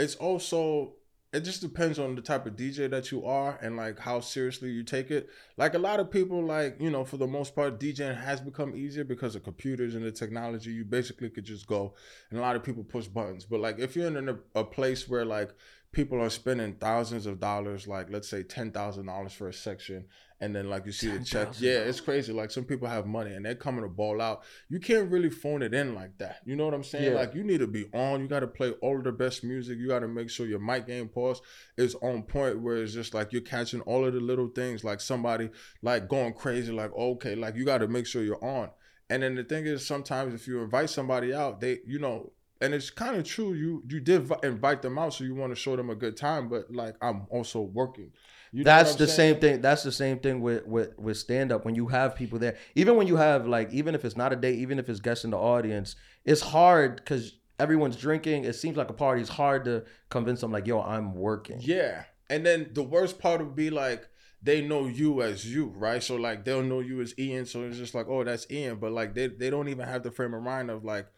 Speaker 4: it's also it just depends on the type of DJ that you are and like how seriously you take it. Like a lot of people, like you know, for the most part, DJing has become easier because of computers and the technology. You basically could just go, and a lot of people push buttons. But like if you're in a, a place where like people are spending thousands of dollars, like let's say ten thousand dollars for a section, and then like you see the check,
Speaker 3: $10,000.
Speaker 4: yeah, it's crazy. Like some people have money and they're coming to ball out you can't really phone it in like that. You know what I'm saying?
Speaker 3: Yeah.
Speaker 4: Like you need to be on. You got to play all of the best music. You got to make sure your mic game pause is on point. Where it's just like you're catching all of the little things, like somebody like going crazy, like okay, like you got to make sure you're on. And then the thing is, sometimes if you invite somebody out, they you know. And it's kind of true. You you did vi- invite them out, so you want to show them a good time. But like, I'm also working. You know
Speaker 3: that's
Speaker 4: what I'm
Speaker 3: the
Speaker 4: saying?
Speaker 3: same thing that's the same thing with with with stand up when you have people there even when you have like even if it's not a date even if it's guests in the audience it's hard because everyone's drinking it seems like a party it's hard to convince them like yo i'm working
Speaker 4: Yeah. And then the worst part would be like they know you as you, right? So like they'll know you as Ian, so it's just like, oh, that's Ian. But like they they don't even have the frame of mind of like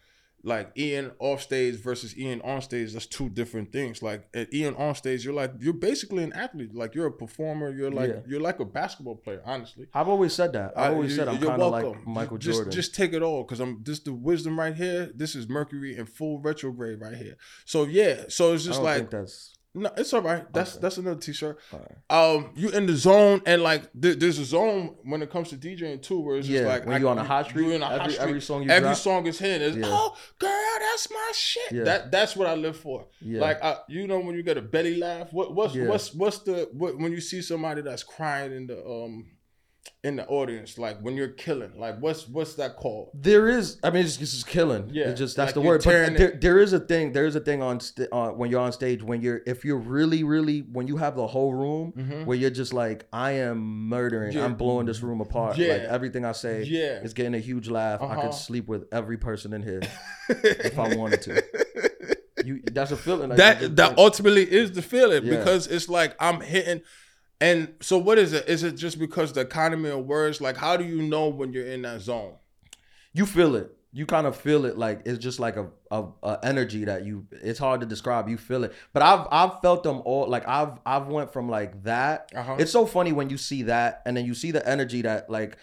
Speaker 4: like Ian off stage versus Ian on stage, that's two different things. Like at Ian on stage, you're like you're basically an athlete. Like you're a performer, you're like
Speaker 3: Yeah.
Speaker 4: you're like a basketball player, honestly.
Speaker 3: i've always said that i've
Speaker 4: I-
Speaker 3: always
Speaker 4: you-
Speaker 3: said i'm
Speaker 4: you're
Speaker 3: kind of like
Speaker 4: welcome.
Speaker 3: michael
Speaker 4: just,
Speaker 3: jordan
Speaker 4: Just take it all, cause I'm this the wisdom right here. This is Mercury in full retrograde right here. So yeah, so it's
Speaker 3: I
Speaker 4: just
Speaker 3: don't
Speaker 4: like
Speaker 3: think that's
Speaker 4: no, it's all right. That's
Speaker 3: Okay.
Speaker 4: that's another t-shirt.
Speaker 3: all right.
Speaker 4: Um, you in the zone and like th- there's a zone when it comes to DJing too, where it's
Speaker 3: yeah
Speaker 4: just like
Speaker 3: when
Speaker 4: I-
Speaker 3: you on a hot
Speaker 4: you-
Speaker 3: streak
Speaker 4: you in a hot
Speaker 3: every,
Speaker 4: streak.
Speaker 3: every song you
Speaker 4: Every
Speaker 3: drop,
Speaker 4: song is hit. It's
Speaker 3: Yeah.
Speaker 4: oh girl, that's my shit.
Speaker 3: Yeah.
Speaker 4: That that's what I live for.
Speaker 3: yeah.
Speaker 4: Like I, you know, when you get a belly laugh, what what's
Speaker 3: Yeah.
Speaker 4: what's what's the what when you see somebody that's crying in the um in the audience, like when you're killing, like what's what's that called?
Speaker 3: There is, I mean, it's, it's just killing. Yeah,
Speaker 4: Yeah,
Speaker 3: it's just that's
Speaker 4: like
Speaker 3: the
Speaker 4: you're
Speaker 3: word. But
Speaker 4: tearing
Speaker 3: there,
Speaker 4: it.
Speaker 3: there is a thing. There is a thing on st- uh, when you're on stage when you're if you're really really when you have the whole room where you're just like I am murdering.
Speaker 4: Mm-hmm. Yeah.
Speaker 3: I'm blowing this room apart.
Speaker 4: Yeah.
Speaker 3: Like everything I say
Speaker 4: Yeah.
Speaker 3: is getting a huge laugh. I
Speaker 4: Uh-huh.
Speaker 3: could sleep with every person in here if
Speaker 4: <laughs>
Speaker 3: I wanted to. You that's a feeling like you
Speaker 4: that
Speaker 3: just-
Speaker 4: that ultimately is the feeling
Speaker 3: Yeah.
Speaker 4: because it's like I'm hitting. And so, what is it? Is it just because the economy of words? Like, how do you know when you're in that zone?
Speaker 3: you feel it. You kind of feel it like it's just like a, a, a energy that you it's hard to describe. You feel it. But I've I've felt them all like I've I've went from like that.
Speaker 4: Uh-huh.
Speaker 3: It's so funny when you see that and then you see the energy that like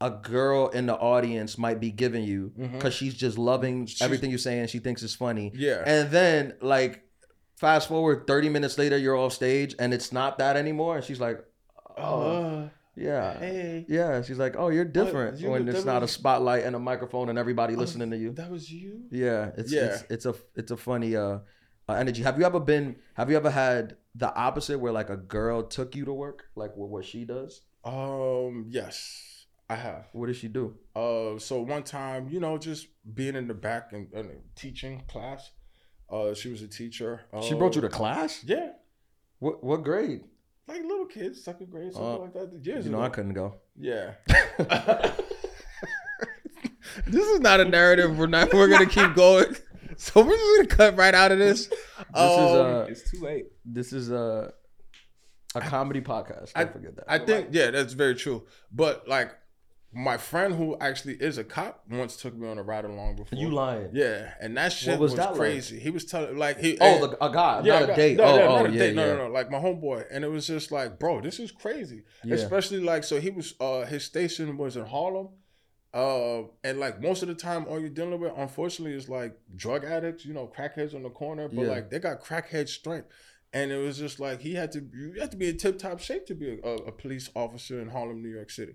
Speaker 3: a girl in the audience might be giving you
Speaker 4: Mm-hmm.
Speaker 3: because she's just loving everything you're saying. She thinks it's funny.
Speaker 4: Yeah.
Speaker 3: And then like fast forward 30 minutes later, you're off stage and it's not that anymore. And she's like, Oh yeah.
Speaker 4: Uh, hey.
Speaker 3: Yeah, she's like, "Oh, you're different
Speaker 4: you
Speaker 3: when
Speaker 4: look-
Speaker 3: it's
Speaker 4: that
Speaker 3: not a
Speaker 4: was-
Speaker 3: spotlight and a microphone and everybody listening to you."
Speaker 4: That was you.
Speaker 3: Yeah, it's
Speaker 4: Yeah.
Speaker 3: it's it's a it's a funny uh, uh energy. Have you ever been? Have you ever had the opposite where like a girl took you to work, like what what she does?
Speaker 4: Um. Yes, I have.
Speaker 3: What does she do?
Speaker 4: Uh, so one time, you know, just being in the back and, and teaching class. Uh, she was a teacher. Uh,
Speaker 3: she brought you to class.
Speaker 4: Yeah,
Speaker 3: What what grade?
Speaker 4: like little kids, second grade, something
Speaker 3: Uh,
Speaker 4: like that. Years
Speaker 3: You know, I
Speaker 4: ago.
Speaker 3: couldn't go. <laughs>
Speaker 4: Yeah. this is not a narrative. We're not. We're gonna keep going. <laughs> So we're just gonna cut right out of this.
Speaker 3: This is
Speaker 4: Um,
Speaker 3: uh
Speaker 6: It's too late.
Speaker 3: this is uh a comedy podcast. Don't forget that.
Speaker 4: I think yeah, that's very true. But like my friend who actually is a cop once took me on a ride along before.
Speaker 3: you lying?
Speaker 4: Yeah, and that shit
Speaker 3: was
Speaker 4: was,
Speaker 3: that like?
Speaker 4: crazy. He was telling like he
Speaker 3: Oh, the, a guy,
Speaker 4: Yeah,
Speaker 3: not
Speaker 4: no,
Speaker 3: a date.
Speaker 4: No,
Speaker 3: oh,
Speaker 4: no,
Speaker 3: oh,
Speaker 4: not a
Speaker 3: yeah,
Speaker 4: date. No,
Speaker 3: yeah.
Speaker 4: no, no. Like my homeboy, and it was just like, bro, this is crazy.
Speaker 3: Yeah.
Speaker 4: Especially like, so he was, uh, his station was in Harlem, uh, and like most of the time, all you're dealing with, unfortunately, is like drug addicts, you know, crackheads on the corner, but
Speaker 3: Yeah.
Speaker 4: like they got crackhead strength, and it was just like he had to, you have to be in tip top shape to be a, a, a police officer in Harlem, New York City.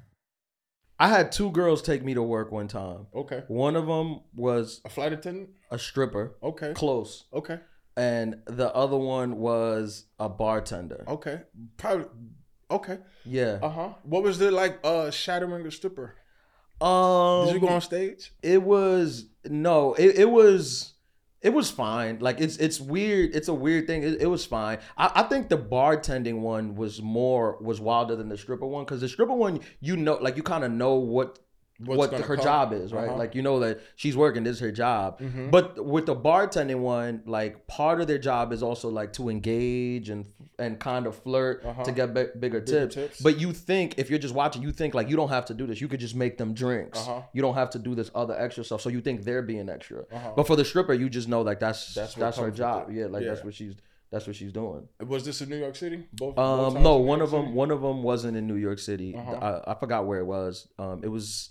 Speaker 3: I had two girls take me to work one time.
Speaker 4: Okay,
Speaker 3: One of them was
Speaker 4: a flight attendant.
Speaker 3: a stripper.
Speaker 4: Okay,
Speaker 3: Close.
Speaker 4: okay,
Speaker 3: And the other one was a bartender.
Speaker 4: okay, probably. Okay.
Speaker 3: Yeah.
Speaker 4: Uh huh. What was it like? Uh, shattering the stripper.
Speaker 3: um,
Speaker 4: Oh. Did you go on stage?
Speaker 3: It was no. It, it was it was fine. Like it's it's weird. It's a weird thing. It, it was fine. I, I think the bartending one was more was wilder than the stripper one because the stripper one you know like you kind of know what
Speaker 4: What's
Speaker 3: what
Speaker 4: gonna
Speaker 3: her
Speaker 4: come.
Speaker 3: job is, right?
Speaker 4: Uh-huh. Mm-hmm.
Speaker 3: Like you know that she's working, this is her job. But with the bartending one, like part of their job is also like to engage and and kind of flirt to get b- bigger, tips.
Speaker 4: Uh-huh. tips.
Speaker 3: But you think if you're just watching, you think like you don't have to do this. You could just make them drinks.
Speaker 4: Uh-huh.
Speaker 3: You don't have to do this other extra stuff. So you think they're being extra.
Speaker 4: Uh-huh.
Speaker 3: But for the stripper, you just know like that's that's,
Speaker 4: That's what
Speaker 3: her
Speaker 4: comes
Speaker 3: job.
Speaker 4: with it.
Speaker 3: Yeah, like that's
Speaker 4: Yeah.
Speaker 3: what she's that's what she's doing.
Speaker 4: Was this in New York City? Both. both
Speaker 3: Um,
Speaker 4: times
Speaker 3: no,
Speaker 4: in New
Speaker 3: one
Speaker 4: York
Speaker 3: of them,
Speaker 4: City?
Speaker 3: one of them wasn't in New York City. I, I forgot where it was. Um, it was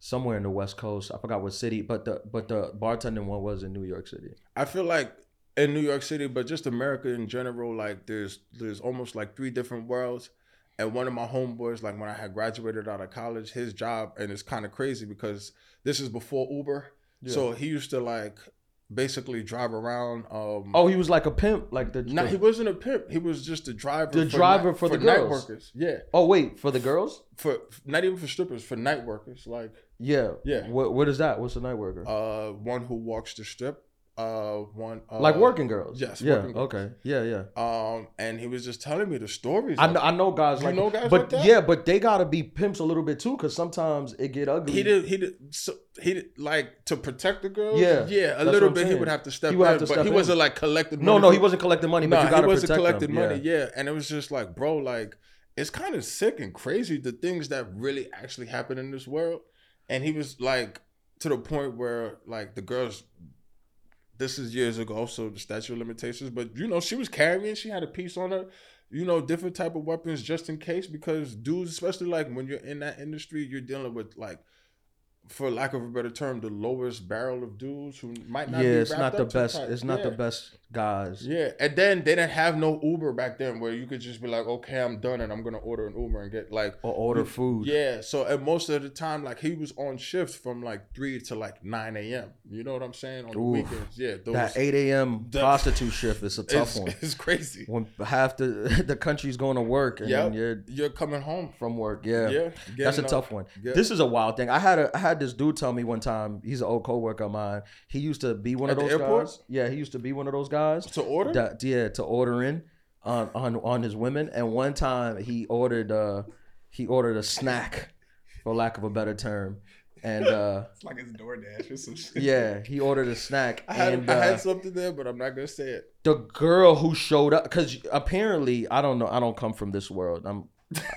Speaker 3: somewhere in the West Coast. I forgot what city, but the but the bartending one was in New York City.
Speaker 4: I feel like in New York City, but just America in general, like there's there's almost like three different worlds. And one of my homeboys, like when I had graduated out of college, his job, and it's kind of crazy because this is before Uber. So he used to like basically drive around. Um,
Speaker 3: Oh, he was like a pimp, like the.
Speaker 4: no,
Speaker 3: the-
Speaker 4: he wasn't a pimp. He was just a driver.
Speaker 3: The
Speaker 4: night-
Speaker 3: driver for the
Speaker 4: night
Speaker 3: girls.
Speaker 4: workers. Yeah,
Speaker 3: oh wait, for the girls?
Speaker 4: for not even for strippers, for night workers. Like
Speaker 3: Yeah.
Speaker 4: Yeah.
Speaker 3: What What is that? What's a night worker?
Speaker 4: uh, one who uh, walks the strip, uh one uh,
Speaker 3: like working girls.
Speaker 4: Yes,
Speaker 3: Yeah.
Speaker 4: Working Girls.
Speaker 3: Okay. Yeah. Yeah.
Speaker 4: Um, and he was just telling me the stories.
Speaker 3: I
Speaker 4: of
Speaker 3: know, I know guys
Speaker 4: You
Speaker 3: like,
Speaker 4: know guys
Speaker 3: but
Speaker 4: like that?
Speaker 3: yeah, but they gotta be pimps a little bit too, because sometimes it get ugly.
Speaker 4: He did. He did. So he did like to protect the girls.
Speaker 3: Yeah,
Speaker 4: yeah.
Speaker 3: that's
Speaker 4: A
Speaker 3: what
Speaker 4: little
Speaker 3: I'm
Speaker 4: bit. He
Speaker 3: saying.
Speaker 4: would have to step
Speaker 3: He would
Speaker 4: in,
Speaker 3: have to
Speaker 4: but
Speaker 3: step
Speaker 4: he
Speaker 3: in.
Speaker 4: wasn't like collecting.
Speaker 3: No,
Speaker 4: money
Speaker 3: no,
Speaker 4: <laughs> for-
Speaker 3: he wasn't collecting money,
Speaker 4: Nah,
Speaker 3: but you gotta
Speaker 4: he wasn't
Speaker 3: protect
Speaker 4: collecting
Speaker 3: them.
Speaker 4: money.
Speaker 3: Yeah.
Speaker 4: Yeah. and it was just like, bro, like it's kind of sick and crazy the things that really actually happen in this world. And he was like to the point where like the girls. This is years ago, so the statute of limitations. But you know, she was carrying. She had a piece on her. You know, different type of weapons just in case, because dudes, especially like when you're in that industry, you're dealing with like for lack of a better term, the lowest barrel of dudes who might
Speaker 3: Yeah,
Speaker 4: not. be
Speaker 3: it's
Speaker 4: wrapped
Speaker 3: not the
Speaker 4: up too
Speaker 3: best.
Speaker 4: tight.
Speaker 3: It's not the
Speaker 4: Yeah.
Speaker 3: best guys.
Speaker 4: Yeah, and then they didn't have no Uber back then, where you could just be like, okay, I'm done, and I'm gonna order an Uber and get like.
Speaker 3: Or order food.
Speaker 4: Yeah, so and most of the time, like he was on shift from like three to like nine a.m. You know what I'm saying on the
Speaker 3: Oof.
Speaker 4: weekends? Yeah, those,
Speaker 3: that 8 a.m.
Speaker 4: that-
Speaker 3: prostitute shift
Speaker 4: <laughs>
Speaker 3: is a tough
Speaker 4: it's,
Speaker 3: one.
Speaker 4: It's crazy.
Speaker 3: When half the the <laughs> country's going to work and
Speaker 4: Yeah,
Speaker 3: then you're
Speaker 4: you're, coming home.
Speaker 3: from work. Yeah.
Speaker 4: Yeah,
Speaker 3: That's a
Speaker 4: getting up.
Speaker 3: tough one.
Speaker 4: Yeah.
Speaker 3: This is a wild thing. I had a I had this dude tell me one time. He's an old coworker of mine. He used to be one
Speaker 4: At
Speaker 3: of
Speaker 4: the
Speaker 3: those
Speaker 4: airport?
Speaker 3: guys. Yeah, he used to be one of those guys
Speaker 4: To order?
Speaker 3: That, yeah, to order in on, on on his women. And one time he ordered uh he ordered a snack, for lack of a better term. And uh
Speaker 6: It's like it's DoorDash or some shit.
Speaker 3: yeah, he ordered a snack.
Speaker 4: I had,
Speaker 3: and
Speaker 4: I
Speaker 3: uh,
Speaker 4: had something there, but I'm not gonna say it.
Speaker 3: the girl who showed up because apparently i don't know i don't come from this world i'm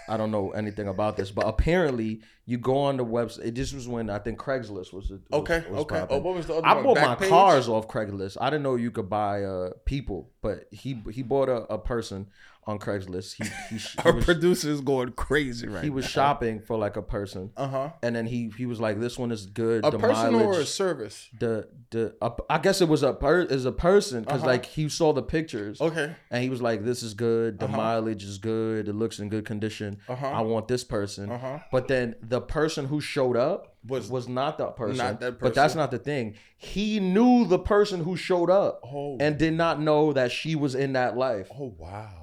Speaker 3: i don't know anything about this but apparently you go on the website this was when i think craigslist was, was
Speaker 4: Okay,
Speaker 3: was
Speaker 4: okay.
Speaker 3: popping.
Speaker 4: Oh, what was the other
Speaker 3: i
Speaker 4: one?
Speaker 3: bought my
Speaker 4: Backpage?
Speaker 3: cars off craigslist i didn't know you could buy uh people but he he bought a, a person on craigslist he he,
Speaker 4: <laughs>
Speaker 3: sh- he
Speaker 4: Our
Speaker 3: was,
Speaker 4: producer is going crazy right
Speaker 3: he was shopping for like a person
Speaker 4: Uh huh.
Speaker 3: and then he he was like this one is good
Speaker 4: A
Speaker 3: the
Speaker 4: person or a
Speaker 3: mileage-
Speaker 4: service?
Speaker 3: the the uh, I guess it was a per is a person because
Speaker 4: Uh-huh.
Speaker 3: like he saw the pictures
Speaker 4: Okay.
Speaker 3: and he was like this is good the
Speaker 4: Uh-huh.
Speaker 3: mileage is good it looks in good condition
Speaker 4: Uh-huh.
Speaker 3: I want this person
Speaker 4: Uh-huh.
Speaker 3: but then the person who showed up was was
Speaker 4: Was-
Speaker 3: not that person
Speaker 4: Not that
Speaker 3: but that's
Speaker 4: person.
Speaker 3: not the thing he knew the person who showed up
Speaker 4: Oh.
Speaker 3: and did not know that she was in that life
Speaker 4: Oh wow.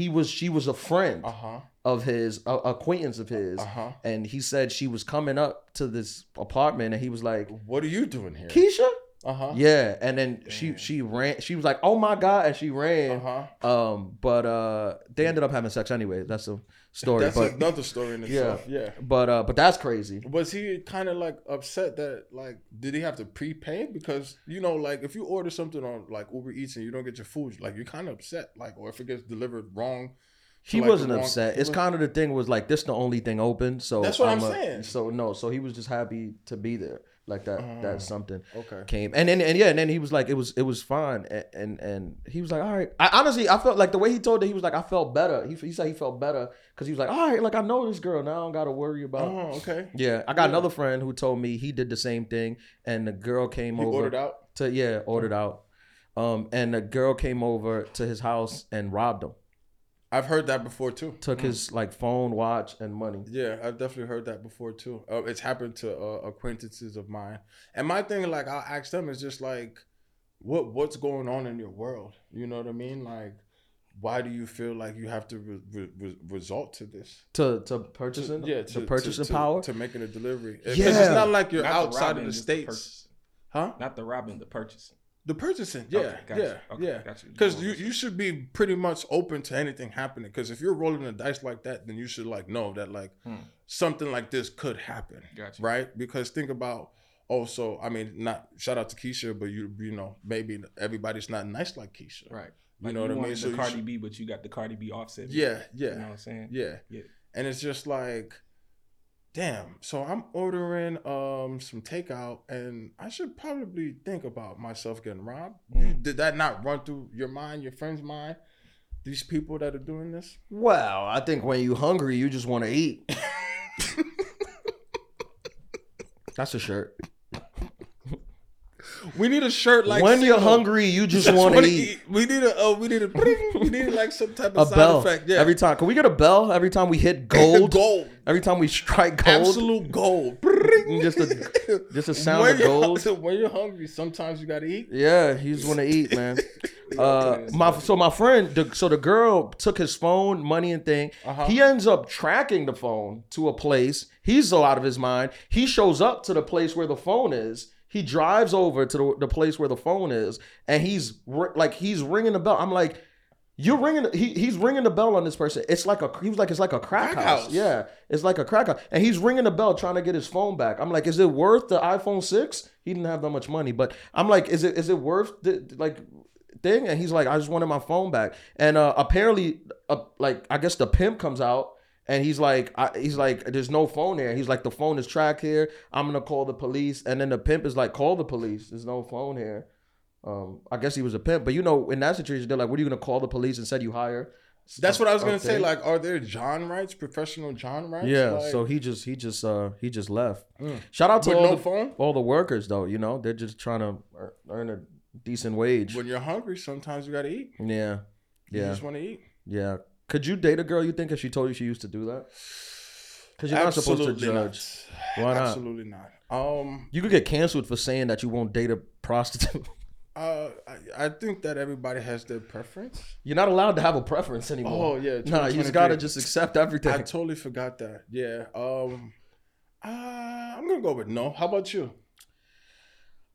Speaker 3: he was she was a friend
Speaker 4: Uh huh.
Speaker 3: of his a, acquaintance of his
Speaker 4: Uh-huh.
Speaker 3: and he said she was coming up to this apartment and he was like
Speaker 4: What are you doing here?
Speaker 3: Keisha
Speaker 4: Uh huh.
Speaker 3: yeah, and then she she ran. She was like, "Oh my god!" and she ran.
Speaker 4: Uh-huh.
Speaker 3: Um, but uh, they ended up having sex anyway. That's a story.
Speaker 4: That's
Speaker 3: but
Speaker 4: another story in
Speaker 3: <laughs> yeah,
Speaker 4: itself. Yeah.
Speaker 3: But uh, but that's crazy.
Speaker 4: Was he kind of like upset that like did he have to prepay because you know like if you order something on like Uber Eats and you don't get your food like you're kind of upset like or if it gets delivered wrong.
Speaker 3: He
Speaker 4: like, the
Speaker 3: wasn't
Speaker 4: wrong-
Speaker 3: upset.
Speaker 4: he
Speaker 3: It's
Speaker 4: was-
Speaker 3: kind of the thing was like this the only thing open. So
Speaker 4: That's what I'm
Speaker 3: a-
Speaker 4: saying. Uh-huh.
Speaker 3: So no, so he was just happy to be there. Like that that something
Speaker 4: okay.
Speaker 3: came and then and yeah and then he was like it was it was fine and and, and he was like all right I honestly I felt like the way he told it he was like I felt better he, he said he felt better because he was like all right like I know this girl now I don't got to worry about
Speaker 4: Oh okay.
Speaker 3: Yeah, I got another friend who told me he did the same thing, and the girl came
Speaker 4: He
Speaker 3: over.
Speaker 4: ordered out. Oh.
Speaker 3: To yeah, ordered out. Um, and the girl came over to his house and robbed him.
Speaker 4: I've heard that before too.
Speaker 3: Took his like phone, watch, and money.
Speaker 4: Yeah, I've definitely heard that before too. Uh, it's happened to uh, acquaintances of mine, and my thing, like, I'll ask them is just like, what what's going on in your world? You know what I mean? Like, why do you feel like you have to re- re- re- resort to this?
Speaker 3: To to purchasing,
Speaker 4: yeah,
Speaker 3: to, purchasing power.
Speaker 4: to, making a delivery. Yeah,
Speaker 3: Yeah.
Speaker 4: it's not like you're
Speaker 6: Not the
Speaker 4: outside
Speaker 6: robbing,
Speaker 4: of the
Speaker 6: just
Speaker 4: states,
Speaker 6: purchasing.
Speaker 4: huh?
Speaker 6: Not the robbing, the purchasing.
Speaker 4: The purchasing, yeah,
Speaker 6: Okay, got you.
Speaker 4: yeah,
Speaker 6: Okay,
Speaker 4: yeah.
Speaker 6: got you.
Speaker 4: Because you, you should be pretty much open to anything happening. Because if you're rolling the dice like that, then you should like know that like something like this could happen,
Speaker 6: Got you.
Speaker 4: right? Because think about also, I mean, not shout out to Keisha, but you you know maybe everybody's not nice like Keisha,
Speaker 6: Right.
Speaker 4: You know what I mean?
Speaker 6: wanted
Speaker 4: So
Speaker 6: The
Speaker 4: you
Speaker 6: Cardi
Speaker 4: should-
Speaker 6: B, but you got the Cardi B offset.
Speaker 4: Yeah, yeah,
Speaker 6: You know what I'm saying?
Speaker 4: yeah,
Speaker 6: Yeah.
Speaker 4: and it's just like, damn. So I'm ordering um some takeout, and I should probably think about myself getting robbed. You- Did that not run through your mind, your friend's mind? These people that are doing this.
Speaker 3: Well, I think when you hungry, you just want to
Speaker 4: <laughs>
Speaker 3: eat. That's a shirt.
Speaker 4: We need a shirt like
Speaker 3: when you're
Speaker 4: Signal.
Speaker 3: hungry,
Speaker 4: <laughs>
Speaker 3: you just
Speaker 4: That's
Speaker 3: want to
Speaker 4: what
Speaker 3: eat.
Speaker 4: it- We need a. Oh, we need a. <laughs> we need like some type
Speaker 3: A
Speaker 4: of side
Speaker 3: bell
Speaker 4: effect. Yeah.
Speaker 3: every time. Can we get a bell every time we
Speaker 4: <laughs>
Speaker 3: hit gold?
Speaker 4: Gold.
Speaker 3: Every time we strike gold.
Speaker 4: Absolute gold.
Speaker 3: Just a- just a sound
Speaker 4: when
Speaker 3: of
Speaker 4: you're-
Speaker 3: gold.
Speaker 4: When you're hungry, sometimes you gotta eat.
Speaker 3: Yeah, he just want to eat, man. Uh, my so my friend, the, so the girl took his phone, money, and thing. He ends up tracking the phone to a place. He's out of his mind. He shows up to the place where the phone is. He drives over to the, the place where the phone is, and he's ri- like he's ringing the bell. I'm like, you're ringing. He, he's ringing the bell on this person. It's like a he was like it's like a crack,
Speaker 6: Crack
Speaker 3: house.
Speaker 6: house.
Speaker 3: Yeah, it's like a crack house, and he's ringing the bell trying to get his phone back. I'm like, is it worth the iPhone six? He didn't have that much money, but I'm like, is it is it worth the like thing? And he's like, I just wanted my phone back. And uh, apparently, uh, like I guess the pimp comes out. And he's like, I, he's like, there's no phone there. He's like, the phone is tracked here. I'm gonna call the police. And then the pimp is like, call the police. There's no phone here. Um, I guess he was a pimp, but you know, in that situation, they're like, "What are you gonna call the police and said you hire?"
Speaker 4: That's what I was gonna
Speaker 3: Okay.
Speaker 4: say. Like, are there John Wrights, professional John Wrights?
Speaker 3: yeah.
Speaker 4: Like, Hmm.
Speaker 3: so he just he just uh he just left. Shout out to
Speaker 4: With
Speaker 3: all,
Speaker 4: no
Speaker 3: the,
Speaker 4: phone?
Speaker 3: all the workers though. You know, they're just trying to ear- earn a decent wage.
Speaker 4: when you're hungry, sometimes you gotta eat.
Speaker 3: yeah,
Speaker 4: You
Speaker 3: yeah,
Speaker 4: just want to eat.
Speaker 3: yeah. Could you date a girl you think if she told you she used to do that? Because you're not supposed to
Speaker 4: Absolutely not.
Speaker 3: judge. Why not?
Speaker 4: Absolutely not. Um,
Speaker 3: You could get canceled for saying that you won't date a prostitute. <laughs>
Speaker 4: uh, I, I think that everybody has their preference.
Speaker 3: You're not allowed to have a preference anymore.
Speaker 4: Oh, yeah,
Speaker 3: Nah, you just gotta
Speaker 4: 2023.
Speaker 3: just accept everything. <laughs>
Speaker 4: I totally forgot that. Yeah. Um, uh, I'm gonna go with no. How about you?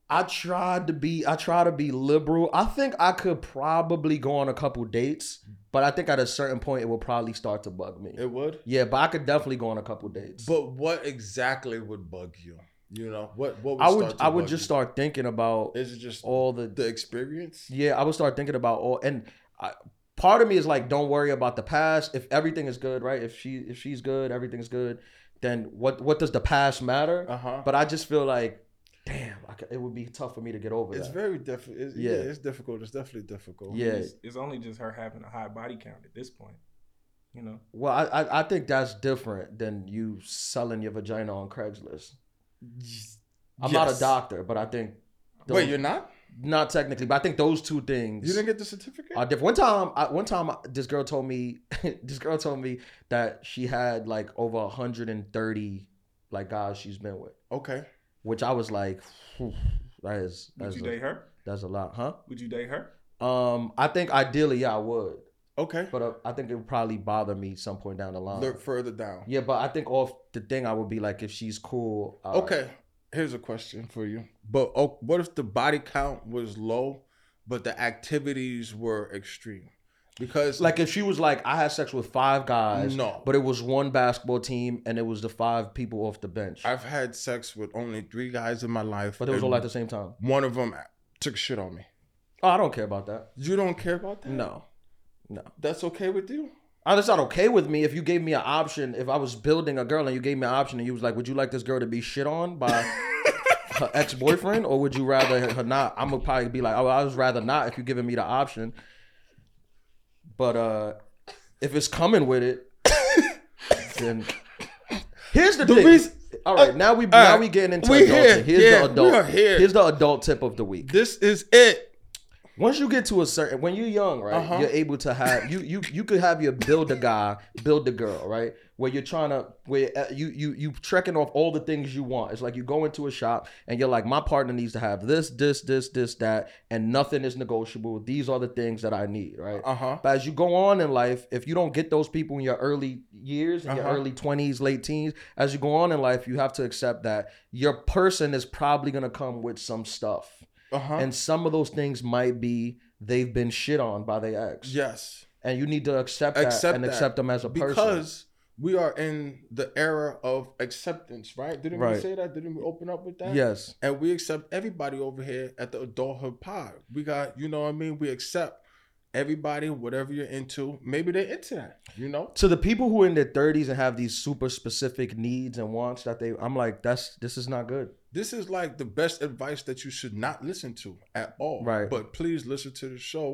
Speaker 3: I tried to be I try to be liberal. I think I could probably go on a couple dates, but I think at a certain point it will probably start to bug me.
Speaker 4: It would.
Speaker 3: yeah, but I could definitely go on a couple dates.
Speaker 4: But what exactly would bug you? You know what? What would
Speaker 3: I would
Speaker 4: start to
Speaker 3: I would
Speaker 4: bug
Speaker 3: just
Speaker 4: you?
Speaker 3: start thinking about
Speaker 4: Is it just
Speaker 3: all the
Speaker 4: the experience?
Speaker 3: yeah, I would start thinking about all and I, part of me is like don't worry about the past. If everything is good, right? If she if she's good, everything's good, then what what does the past matter?
Speaker 4: Uh huh.
Speaker 3: But I just feel like damn, I could, it would be tough for me to get over
Speaker 4: It's
Speaker 3: that.
Speaker 4: very difficult.
Speaker 3: Yeah.
Speaker 4: Yeah. it's difficult. It's definitely difficult.
Speaker 3: Yeah.
Speaker 6: It's, it's only just her having a high body count at this point. You know,
Speaker 3: Well, I, I I think that's different than you selling your vagina on Craigslist. I'm not a
Speaker 4: Yes.
Speaker 3: doctor, but I think those,
Speaker 4: Wait, you're not?
Speaker 3: not technically, but I think those two things.
Speaker 4: You didn't get the certificate?
Speaker 3: are different. Uh, One time, I, one time, uh, this girl told me, <laughs> this girl told me that she had like over 130 like guys she's been with,
Speaker 4: okay.
Speaker 3: which I was like, "Phew, that is
Speaker 6: would
Speaker 3: that's
Speaker 6: you
Speaker 3: a,
Speaker 6: date her?
Speaker 3: that's a lot, huh?
Speaker 6: Would you date her?
Speaker 3: Um, I think ideally, yeah, I would,
Speaker 4: Okay.
Speaker 3: but uh, I think it would probably bother me some point down the line.
Speaker 4: Look further down.
Speaker 3: Yeah, but I think off the thing I would be like, if she's cool. Uh,
Speaker 4: Okay. Here's a question for you. But oh, what if the body count was low, but the activities were extreme? Because
Speaker 3: Like if she was like, I had sex with five guys.
Speaker 4: No.
Speaker 3: But it was one basketball team and it was the five people off the bench.
Speaker 4: I've had sex with only three guys in my life,
Speaker 3: but it was
Speaker 4: and
Speaker 3: all at the same time.
Speaker 4: one of them took shit on me.
Speaker 3: Oh, I don't care about that.
Speaker 4: You don't care about that?
Speaker 3: No.
Speaker 4: That's okay with you?
Speaker 3: I, Oh, that's not okay with me if you gave me an option. If I was building a girl and you gave me an option and you was like, would you like this girl to be shit on by
Speaker 4: <laughs>
Speaker 3: her ex boyfriend or would you rather her not? I'm gonna probably be like, oh, I would rather not if you're giving me the option. But uh if it's coming with
Speaker 4: <coughs>
Speaker 3: it, then here's the, thing.
Speaker 4: reason-
Speaker 3: all right, now we now
Speaker 4: right.
Speaker 3: we getting into
Speaker 4: We
Speaker 3: adulting.
Speaker 4: here.
Speaker 3: Here's
Speaker 4: Yeah,
Speaker 3: the adult.
Speaker 4: we are here.
Speaker 3: Here's the adult tip of the week
Speaker 4: This is it.
Speaker 3: once you get to a certain when you're young right
Speaker 4: Uh-huh.
Speaker 3: you're able to have you you you could have your build a guy build a girl right where you're trying to where uh, you you you trekking off all the things you want it's like you go into a shop and you're like my partner needs to have this this this this that and nothing is negotiable these are the things that i need right
Speaker 4: Uh-huh.
Speaker 3: but as you go on in life if you don't get those people in your early years in your
Speaker 4: Uh-huh.
Speaker 3: early 20s late teens as you go on in life you have to accept that your person is probably going to come with some stuff
Speaker 4: Uh-huh.
Speaker 3: and some of those things might be they've been shit on by their ex.
Speaker 4: yes.
Speaker 3: And you need to accept that
Speaker 4: Accept
Speaker 3: and
Speaker 4: that.
Speaker 3: accept them as a person.
Speaker 4: Because we are in the era of acceptance, right? Didn't
Speaker 3: Right.
Speaker 4: we say that? Didn't we open up with that?
Speaker 3: yes.
Speaker 4: And we accept everybody over here at the adulthood pod. We got, you know what I mean? We accept everybody, whatever you're into. Maybe they're into that, you know?
Speaker 3: To the people who are in their 30s and have these super specific needs and wants that they I'm like that's this is not good.
Speaker 4: This is like the best advice that you should not listen to at all.
Speaker 3: Right.
Speaker 4: But please listen to the show,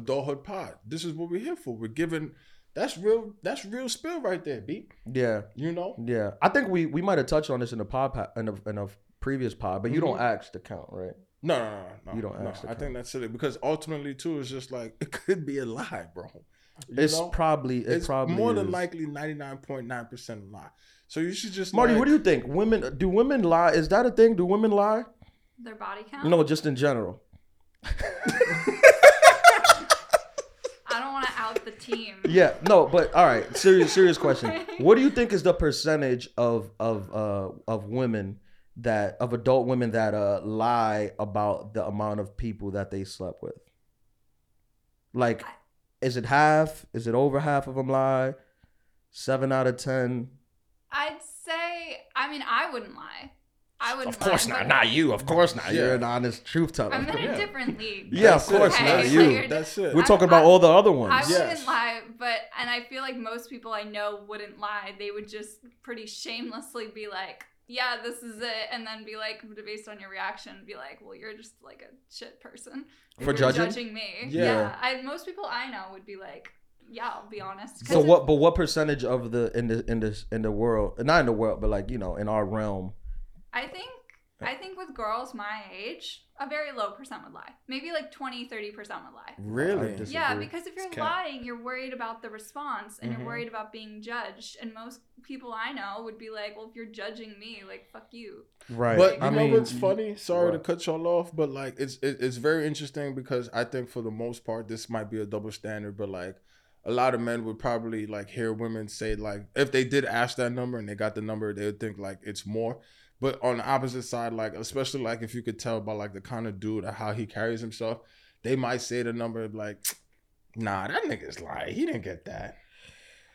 Speaker 4: Adulthood Pod. This is what we're here for. We're giving that's real that's real spill right there, B.
Speaker 3: Yeah.
Speaker 4: You know?
Speaker 3: Yeah. I think we we might have touched on this in the pod pa- in a, in a previous pod, but you don't
Speaker 4: Mm-hmm.
Speaker 3: ask to count, right?
Speaker 4: No, no, no, no.
Speaker 3: You don't
Speaker 4: no,
Speaker 3: ask to
Speaker 4: I
Speaker 3: count.
Speaker 4: think that's silly because ultimately too it's just like <laughs> it could be a lie, bro. You
Speaker 3: it's
Speaker 4: know?
Speaker 3: probably it
Speaker 4: it's
Speaker 3: probably
Speaker 4: more
Speaker 3: is.
Speaker 4: than likely 99.9% lie. So you should just
Speaker 3: Marty,
Speaker 4: like,
Speaker 3: what do you think? Women do women lie? Is that a thing? Do women lie?
Speaker 5: Their body count?
Speaker 3: No, just in general.
Speaker 5: I don't want to out the team.
Speaker 3: <laughs> Yeah, no, but all right.
Speaker 5: <laughs>
Speaker 3: Serious, serious question. What do you think is the percentage of of uh of women that of adult women that uh lie about the amount of people that they slept with. Like, is it half? Is it over half of them lie? Seven out of ten.
Speaker 5: I'd say. I mean, I wouldn't lie. I wouldn't.
Speaker 3: Of course
Speaker 5: lie,
Speaker 3: not.
Speaker 5: but
Speaker 3: Not you. Of course not. You're
Speaker 4: Yeah.
Speaker 3: an honest truth teller.
Speaker 5: I'm in a different league.
Speaker 3: Yeah, of
Speaker 4: That's
Speaker 3: course
Speaker 4: it.
Speaker 5: Okay,
Speaker 3: not
Speaker 5: so
Speaker 3: you.
Speaker 5: you're-
Speaker 4: That's it.
Speaker 3: We're
Speaker 5: I-
Speaker 3: talking about
Speaker 5: I-
Speaker 3: all the other ones.
Speaker 5: I
Speaker 4: Yes.
Speaker 5: wouldn't lie, but and I feel like most people I know wouldn't lie. They would just pretty shamelessly be like, "Yeah, this is it," and then be like, based on your reaction, be like, "Well, you're just like a shit person
Speaker 3: For
Speaker 5: You're
Speaker 3: judging?
Speaker 5: me."
Speaker 4: Yeah.
Speaker 5: Yeah, I, most people I know would be like, "Yeah, I'll be honest." 'Cause
Speaker 3: So
Speaker 5: it-
Speaker 3: what? But what percentage of the in the in this in the world, not in the world, but like you know, in our realm,
Speaker 5: I think I think with girls my age, a very low percent would lie. Maybe like 20, 30 percent would lie.
Speaker 3: I
Speaker 4: Really?
Speaker 3: dis-
Speaker 5: Yeah,
Speaker 3: disagree.
Speaker 5: because if you're
Speaker 6: It's cap.
Speaker 5: lying, you're worried about the response and
Speaker 4: Mhm.
Speaker 5: you're worried about being judged. And most people I know would be like, well, if you're judging me, like, fuck you.
Speaker 3: right?
Speaker 4: But you
Speaker 3: I
Speaker 4: know
Speaker 3: mean,
Speaker 4: what's funny? Sorry to
Speaker 3: What?
Speaker 4: cut y'all off, but like it's it, it's very interesting because I think for the most part this might be a double standard, but like a lot of men would probably like hear women say like if they did ask that number and they got the number, they would think like it's more. But on the opposite side, like especially like if you could tell by like the kind of dude or how he carries himself, they might say the number like, "Nah, that nigga's lying. He didn't get that."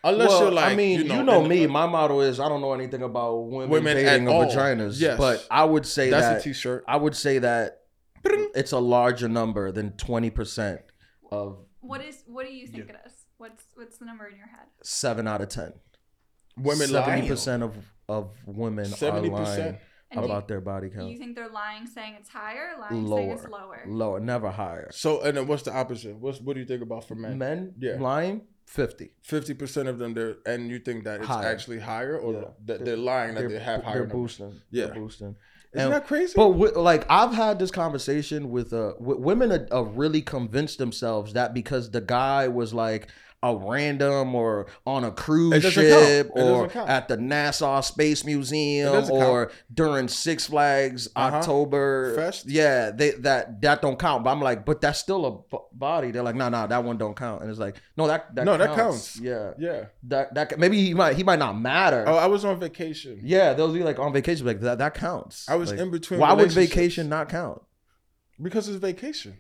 Speaker 4: Unless
Speaker 3: well,
Speaker 4: you're like,
Speaker 3: I mean,
Speaker 4: you know, in-
Speaker 3: me. My motto is I don't know anything about women,
Speaker 4: Women at
Speaker 3: dating or
Speaker 4: all.
Speaker 3: vaginas.
Speaker 4: Yes.
Speaker 3: but I would say
Speaker 4: that's
Speaker 3: that
Speaker 4: a t-shirt.
Speaker 3: I would say that it's a larger number than twenty percent of
Speaker 5: What is? What do you think it is? What's What's the number in your head?
Speaker 3: seven out of ten.
Speaker 4: Women
Speaker 3: seventy
Speaker 4: lying.
Speaker 3: percent of of women are
Speaker 4: 70%.
Speaker 3: lying
Speaker 5: And do you-
Speaker 3: about their body
Speaker 5: Do
Speaker 3: count.
Speaker 5: you think they're lying, saying it's higher, or lying, saying
Speaker 3: lower,
Speaker 5: it's lower?
Speaker 3: lower, never higher.
Speaker 4: So and then what's the opposite? What's what do you think about for men?
Speaker 3: Men
Speaker 4: Yeah.
Speaker 3: lying fifty.
Speaker 4: Fifty percent of them there, and you think that it's
Speaker 3: Higher.
Speaker 4: actually higher, or
Speaker 3: Yeah.
Speaker 4: that they're lying that
Speaker 3: They're-
Speaker 4: they have higher
Speaker 3: They're
Speaker 4: numbers.
Speaker 3: boosting.
Speaker 4: Yeah.
Speaker 3: they're boosting.
Speaker 4: Isn't
Speaker 3: And-
Speaker 4: that crazy?
Speaker 3: But wi- like I've had this conversation with uh w- women are, are really convinced themselves that because the guy was like a random or on a
Speaker 4: It
Speaker 3: cruise
Speaker 4: doesn't
Speaker 3: ship
Speaker 4: count.
Speaker 3: or
Speaker 4: It doesn't count.
Speaker 3: at the NASA Space Museum
Speaker 4: doesn't
Speaker 3: or during Six Flags
Speaker 4: Uh-huh.
Speaker 3: October
Speaker 4: Fest.
Speaker 3: yeah they that that don't count but I'm like but that's still a b- body they're like no no that one don't count and it's like no that, that
Speaker 4: No, that
Speaker 3: counts.
Speaker 4: counts.
Speaker 3: yeah
Speaker 4: yeah.
Speaker 3: that that maybe he might he might not matter
Speaker 4: Oh, I was on vacation.
Speaker 3: yeah, they'll be like on vacation, like that that counts.
Speaker 4: I was
Speaker 3: Like,
Speaker 4: in between
Speaker 3: Why would
Speaker 4: relationships.
Speaker 3: vacation not count?
Speaker 4: Because it's vacation.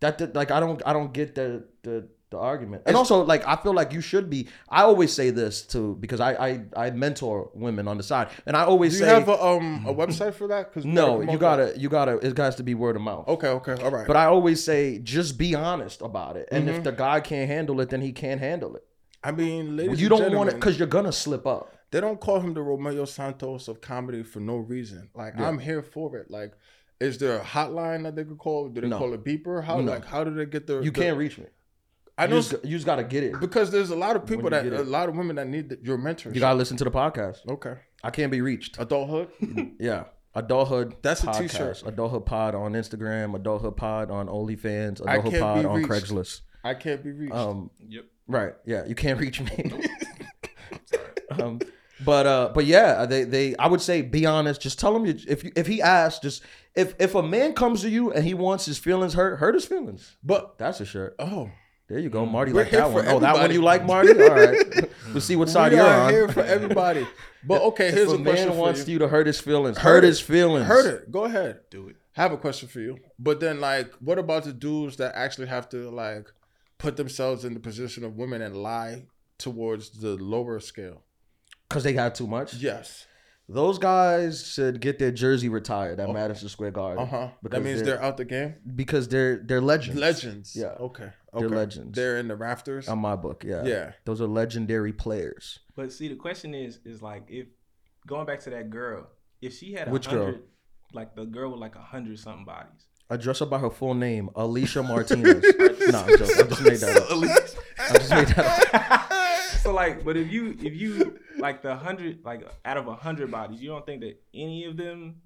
Speaker 3: That did- like I don't I don't get the the, the argument. And
Speaker 4: It's-
Speaker 3: also like I feel like you should be. I always say this too because I I, I mentor women on the side, and I
Speaker 4: Do
Speaker 3: always
Speaker 4: you
Speaker 3: say
Speaker 4: have a um a website for that? Because
Speaker 3: no. You gotta you gotta it has to be word of mouth.
Speaker 4: Okay, okay, all right.
Speaker 3: But I always say just be honest about it, and
Speaker 4: Mm-hmm.
Speaker 3: if the guy can't handle it, then he can't handle it.
Speaker 4: I mean, ladies,
Speaker 3: you
Speaker 4: and
Speaker 3: don't want it
Speaker 4: gentlemen,
Speaker 3: because you're gonna slip up.
Speaker 4: They don't call him the Romeo Santos of comedy for no reason. Like
Speaker 3: Yeah.
Speaker 4: I'm here for it. Like, is there a hotline that they could call? Do they
Speaker 3: No.
Speaker 4: call a beeper? How
Speaker 3: No.
Speaker 4: like how do they get the?
Speaker 3: You
Speaker 4: the-
Speaker 3: can't reach me.
Speaker 4: I know
Speaker 3: you just, you just gotta get it.
Speaker 4: because there's a lot of people
Speaker 3: When you
Speaker 4: that
Speaker 3: get
Speaker 4: a
Speaker 3: it.
Speaker 4: lot of women that need the, your mentorship.
Speaker 3: You gotta listen to the podcast.
Speaker 4: okay,
Speaker 3: I can't be reached.
Speaker 4: adulthood.
Speaker 3: Yeah. Adulthood.
Speaker 4: That's a
Speaker 3: podcast.
Speaker 4: t-shirt.
Speaker 3: Adulthood Pod on Instagram. Adulthood Pod on OnlyFans.
Speaker 4: I
Speaker 3: Adulthood
Speaker 4: can't
Speaker 3: Pod
Speaker 4: be
Speaker 3: on
Speaker 4: reached.
Speaker 3: Craigslist.
Speaker 4: I can't be reached.
Speaker 3: Um,
Speaker 6: Yep.
Speaker 3: right. Yeah. You can't reach me. <laughs> um, but uh, but yeah, they they. I would say be honest. Just tell him you, if you, if he asks. Just if if a man comes to you and he wants his feelings hurt, hurt his feelings.
Speaker 4: but
Speaker 3: That's a shirt.
Speaker 4: oh,
Speaker 3: There you go, Marty.
Speaker 4: We're
Speaker 3: like
Speaker 4: here
Speaker 3: that
Speaker 4: for
Speaker 3: one. Oh, that one
Speaker 4: everybody.
Speaker 3: you like, Marty. All
Speaker 4: <laughs>
Speaker 3: right. we'll see what side
Speaker 4: we
Speaker 3: you're
Speaker 4: are
Speaker 3: on.
Speaker 4: here
Speaker 3: <laughs>
Speaker 4: for everybody. But okay,
Speaker 3: if
Speaker 4: here's
Speaker 3: a,
Speaker 4: a, question
Speaker 3: man
Speaker 4: for
Speaker 3: wants
Speaker 4: you.
Speaker 3: you to hurt his feelings,
Speaker 4: Hurt
Speaker 3: hurt
Speaker 4: it.
Speaker 3: his feelings.
Speaker 4: Heard it. Go ahead.
Speaker 6: Do it.
Speaker 4: Have a question for you. But then, like, what about the dudes that actually have to like put themselves in the position of women and lie towards the lower scale?
Speaker 3: because they got too much.
Speaker 4: Yes.
Speaker 3: Those guys should get their jersey retired at Madison Square Garden.
Speaker 4: Uh huh. That
Speaker 3: Because
Speaker 4: means
Speaker 3: they're,
Speaker 4: they're out the game.
Speaker 3: because they're they're legends.
Speaker 4: Legends.
Speaker 3: Yeah.
Speaker 4: Okay. okay.
Speaker 3: They're legends.
Speaker 4: They're in the rafters.
Speaker 3: On my book, yeah.
Speaker 4: Yeah.
Speaker 3: Those are legendary players.
Speaker 6: But see, the question is, is like if going back to that girl, if she had a
Speaker 3: Which girl?
Speaker 6: hundred, like the girl with like a hundred something bodies.
Speaker 3: I dress her by her full name, Alicia Martinez. no, I'm joking. I just made that up. I just made that up.
Speaker 6: So like, but if you if you like the hundred like out of a hundred bodies, you don't think that any of them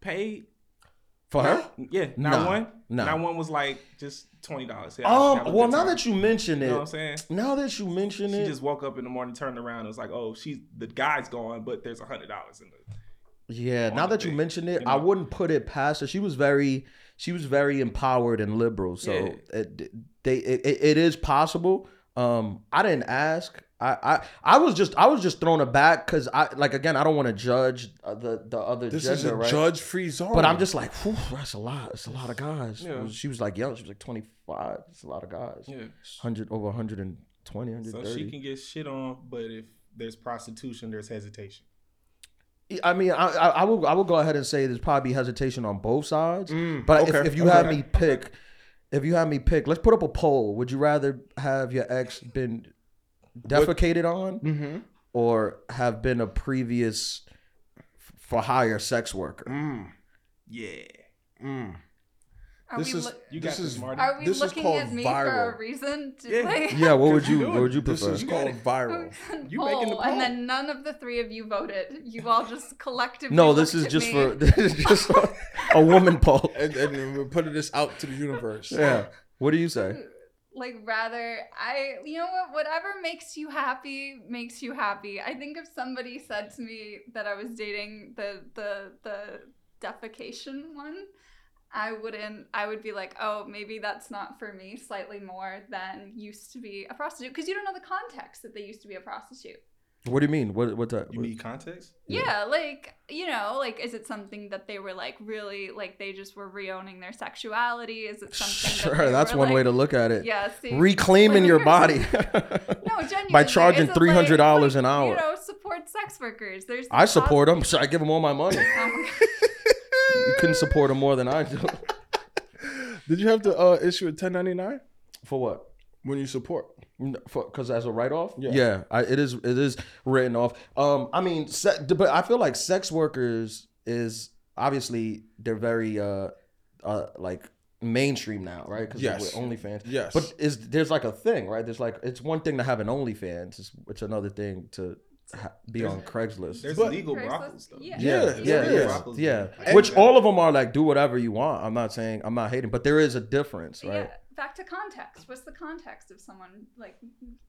Speaker 6: paid?
Speaker 3: For her? Um,
Speaker 6: Yeah, not
Speaker 3: Nah,
Speaker 6: one.
Speaker 3: nah.
Speaker 6: Not one was like just twenty dollars.
Speaker 3: Um. Well, now that you mention
Speaker 6: you
Speaker 3: it,
Speaker 6: know what I'm saying.
Speaker 3: now that you mention
Speaker 6: She
Speaker 3: it,
Speaker 6: just woke up in the morning, turned around, and was like, "Oh, she's the guy's gone, but there's a hundred dollars in the."
Speaker 3: Yeah, now
Speaker 6: on the
Speaker 3: that you
Speaker 6: thing,
Speaker 3: mention it,
Speaker 6: you
Speaker 3: I
Speaker 6: know?
Speaker 3: wouldn't put it past her. She was very, she was very empowered and liberal. So
Speaker 6: Yeah.
Speaker 3: it, they, it, it is possible. Um, I didn't ask. I, I I was just I was just thrown aback because I like again I don't want to judge uh, the the other
Speaker 4: <laughs> This
Speaker 3: gender
Speaker 4: is a
Speaker 3: right
Speaker 4: judge free zone.
Speaker 3: but I'm just like Whew, that's a lot it's a lot of guys
Speaker 6: Yeah.
Speaker 3: she was like young she was like 25 it's a lot of guys
Speaker 6: Yeah.
Speaker 3: 100 over 120
Speaker 6: So
Speaker 3: 130
Speaker 6: she can get shit on, but if there's prostitution, there's hesitation.
Speaker 3: I mean, I, I, I will I will go ahead and say there's probably hesitation on both sides. but if,
Speaker 4: okay,
Speaker 3: if you
Speaker 4: okay.
Speaker 3: have me pick, if you have me pick, let's put up a poll. Would you rather have your ex been defecated on, or have been a previous f- for hire sex worker?
Speaker 6: Yeah.
Speaker 3: Mm.
Speaker 5: Are
Speaker 4: this
Speaker 5: we
Speaker 4: is
Speaker 5: loo-
Speaker 6: You got
Speaker 4: this
Speaker 6: this,
Speaker 4: is
Speaker 6: Marty.
Speaker 5: are we
Speaker 4: this is
Speaker 5: looking
Speaker 4: called
Speaker 5: at me for
Speaker 4: viral.
Speaker 5: a reason? To,
Speaker 6: Yeah.
Speaker 5: like, <laughs>
Speaker 3: Yeah, what would
Speaker 6: Could you
Speaker 3: you
Speaker 6: do
Speaker 3: what
Speaker 6: it?
Speaker 3: would you
Speaker 4: this
Speaker 3: prefer?
Speaker 4: is <laughs> called viral.
Speaker 6: You making the
Speaker 5: poll, and
Speaker 6: poll.
Speaker 5: then none of the three of you voted. You all just collectively.
Speaker 3: No, this is
Speaker 5: looked at
Speaker 3: just
Speaker 5: me.
Speaker 3: for <laughs> this is just a, a woman poll.
Speaker 4: and and we're putting this out to the universe.
Speaker 3: Yeah. What do you say?
Speaker 5: like rather i you know what whatever makes you happy makes you happy i think if somebody said to me that i was dating the the the defecation one i wouldn't i would be like oh maybe that's not for me slightly more than used to be a prostitute because you don't know the context that they used to be a prostitute
Speaker 3: What do you mean? What what's that?
Speaker 6: You need context?
Speaker 5: yeah, like, you know, like, is it something that they were like really, like, they just were reowning their sexuality? Is it something
Speaker 3: <laughs> sure,
Speaker 5: that they
Speaker 3: that's
Speaker 5: were,
Speaker 3: one
Speaker 5: like-
Speaker 3: way to look at it.
Speaker 5: Yeah, see.
Speaker 3: Reclaiming
Speaker 5: <laughs>
Speaker 3: your body. <laughs>
Speaker 5: No, genuinely.
Speaker 3: By charging
Speaker 5: it's a
Speaker 3: $300
Speaker 5: way-
Speaker 3: an hour.
Speaker 5: You know, support sex workers. There's
Speaker 3: I
Speaker 5: <laughs>
Speaker 3: support them. So I give them all my money.
Speaker 5: them.
Speaker 3: You couldn't support them more than I do. <laughs>
Speaker 4: Did you have to uh, issue a 1099
Speaker 3: For what?
Speaker 4: when you support?
Speaker 3: Because as a write off, yeah,
Speaker 4: Yeah.
Speaker 3: I, it is. It is written off. Um, I mean, se- but I feel like sex workers is obviously they're very uh, uh, like mainstream now, right? Because
Speaker 4: Yes.
Speaker 3: with OnlyFans,
Speaker 4: Yes.
Speaker 3: But is there's like a thing, right? There's like it's one thing to have an OnlyFans, it's, it's another thing to ha- be on Craigslist.
Speaker 6: There's
Speaker 4: But-
Speaker 6: legal
Speaker 5: Craigslist?
Speaker 6: brothels though.
Speaker 5: Yeah.
Speaker 3: yeah, yeah,
Speaker 4: there
Speaker 3: yeah,
Speaker 6: is.
Speaker 3: yeah.
Speaker 6: And-
Speaker 3: Which all of them are like, do whatever you want. I'm not saying I'm not hating, but there is a difference,
Speaker 5: yeah,
Speaker 3: right?
Speaker 5: back to context. What's the context of someone like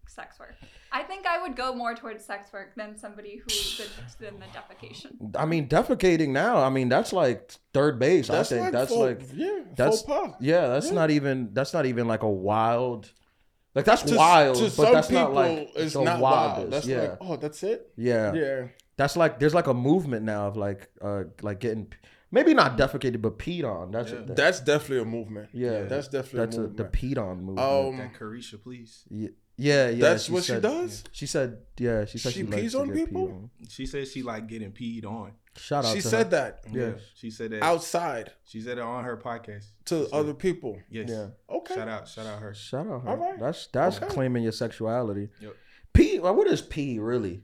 Speaker 5: sex work? I think I would go more towards sex work than somebody who the, than the defecation.
Speaker 3: I mean, defecating now. I mean, that's like third base.
Speaker 4: That's
Speaker 3: I think
Speaker 4: like
Speaker 3: that's
Speaker 4: faux-
Speaker 3: like
Speaker 4: yeah,
Speaker 3: that's
Speaker 4: faux pas.
Speaker 3: yeah. That's not even that's not even like a wild. Like that's
Speaker 4: To-
Speaker 3: wild,
Speaker 4: to
Speaker 3: but
Speaker 4: some
Speaker 3: that's
Speaker 4: people,
Speaker 3: not like
Speaker 4: it's
Speaker 3: the
Speaker 4: not
Speaker 3: wildest.
Speaker 4: wild. That's
Speaker 3: yeah,
Speaker 4: like, oh, that's it.
Speaker 3: yeah,
Speaker 4: Yeah,
Speaker 3: That's like there's like a movement now of like uh like getting p- maybe not defecated but peed on. That's a,
Speaker 4: that's definitely a movement.
Speaker 3: Yeah.
Speaker 4: that's definitely
Speaker 3: that's
Speaker 4: a
Speaker 3: a, the
Speaker 4: movement.
Speaker 3: peed on movement.
Speaker 4: um,
Speaker 6: That Carisha, please.
Speaker 3: yeah, yeah, yeah.
Speaker 4: that's what she
Speaker 3: said-
Speaker 4: does?
Speaker 3: She said, yeah, she said she,
Speaker 4: She
Speaker 3: likes
Speaker 4: pees
Speaker 3: to
Speaker 4: on
Speaker 3: get peed
Speaker 4: people?
Speaker 3: on.
Speaker 6: She said she like getting peed on.
Speaker 3: Shout out.
Speaker 4: she
Speaker 3: to
Speaker 4: said
Speaker 3: her.
Speaker 4: that
Speaker 3: Yeah.
Speaker 6: She said that
Speaker 4: outside
Speaker 6: she said it on her podcast.
Speaker 4: to other people.
Speaker 6: Yes.
Speaker 3: Yeah.
Speaker 4: Okay,
Speaker 6: Shout out, shout out her.
Speaker 3: Shout out. Her.
Speaker 4: All right.
Speaker 3: That's that's
Speaker 4: Okay.
Speaker 3: claiming your sexuality.
Speaker 6: Yep.
Speaker 3: Pee. well, What is pee really?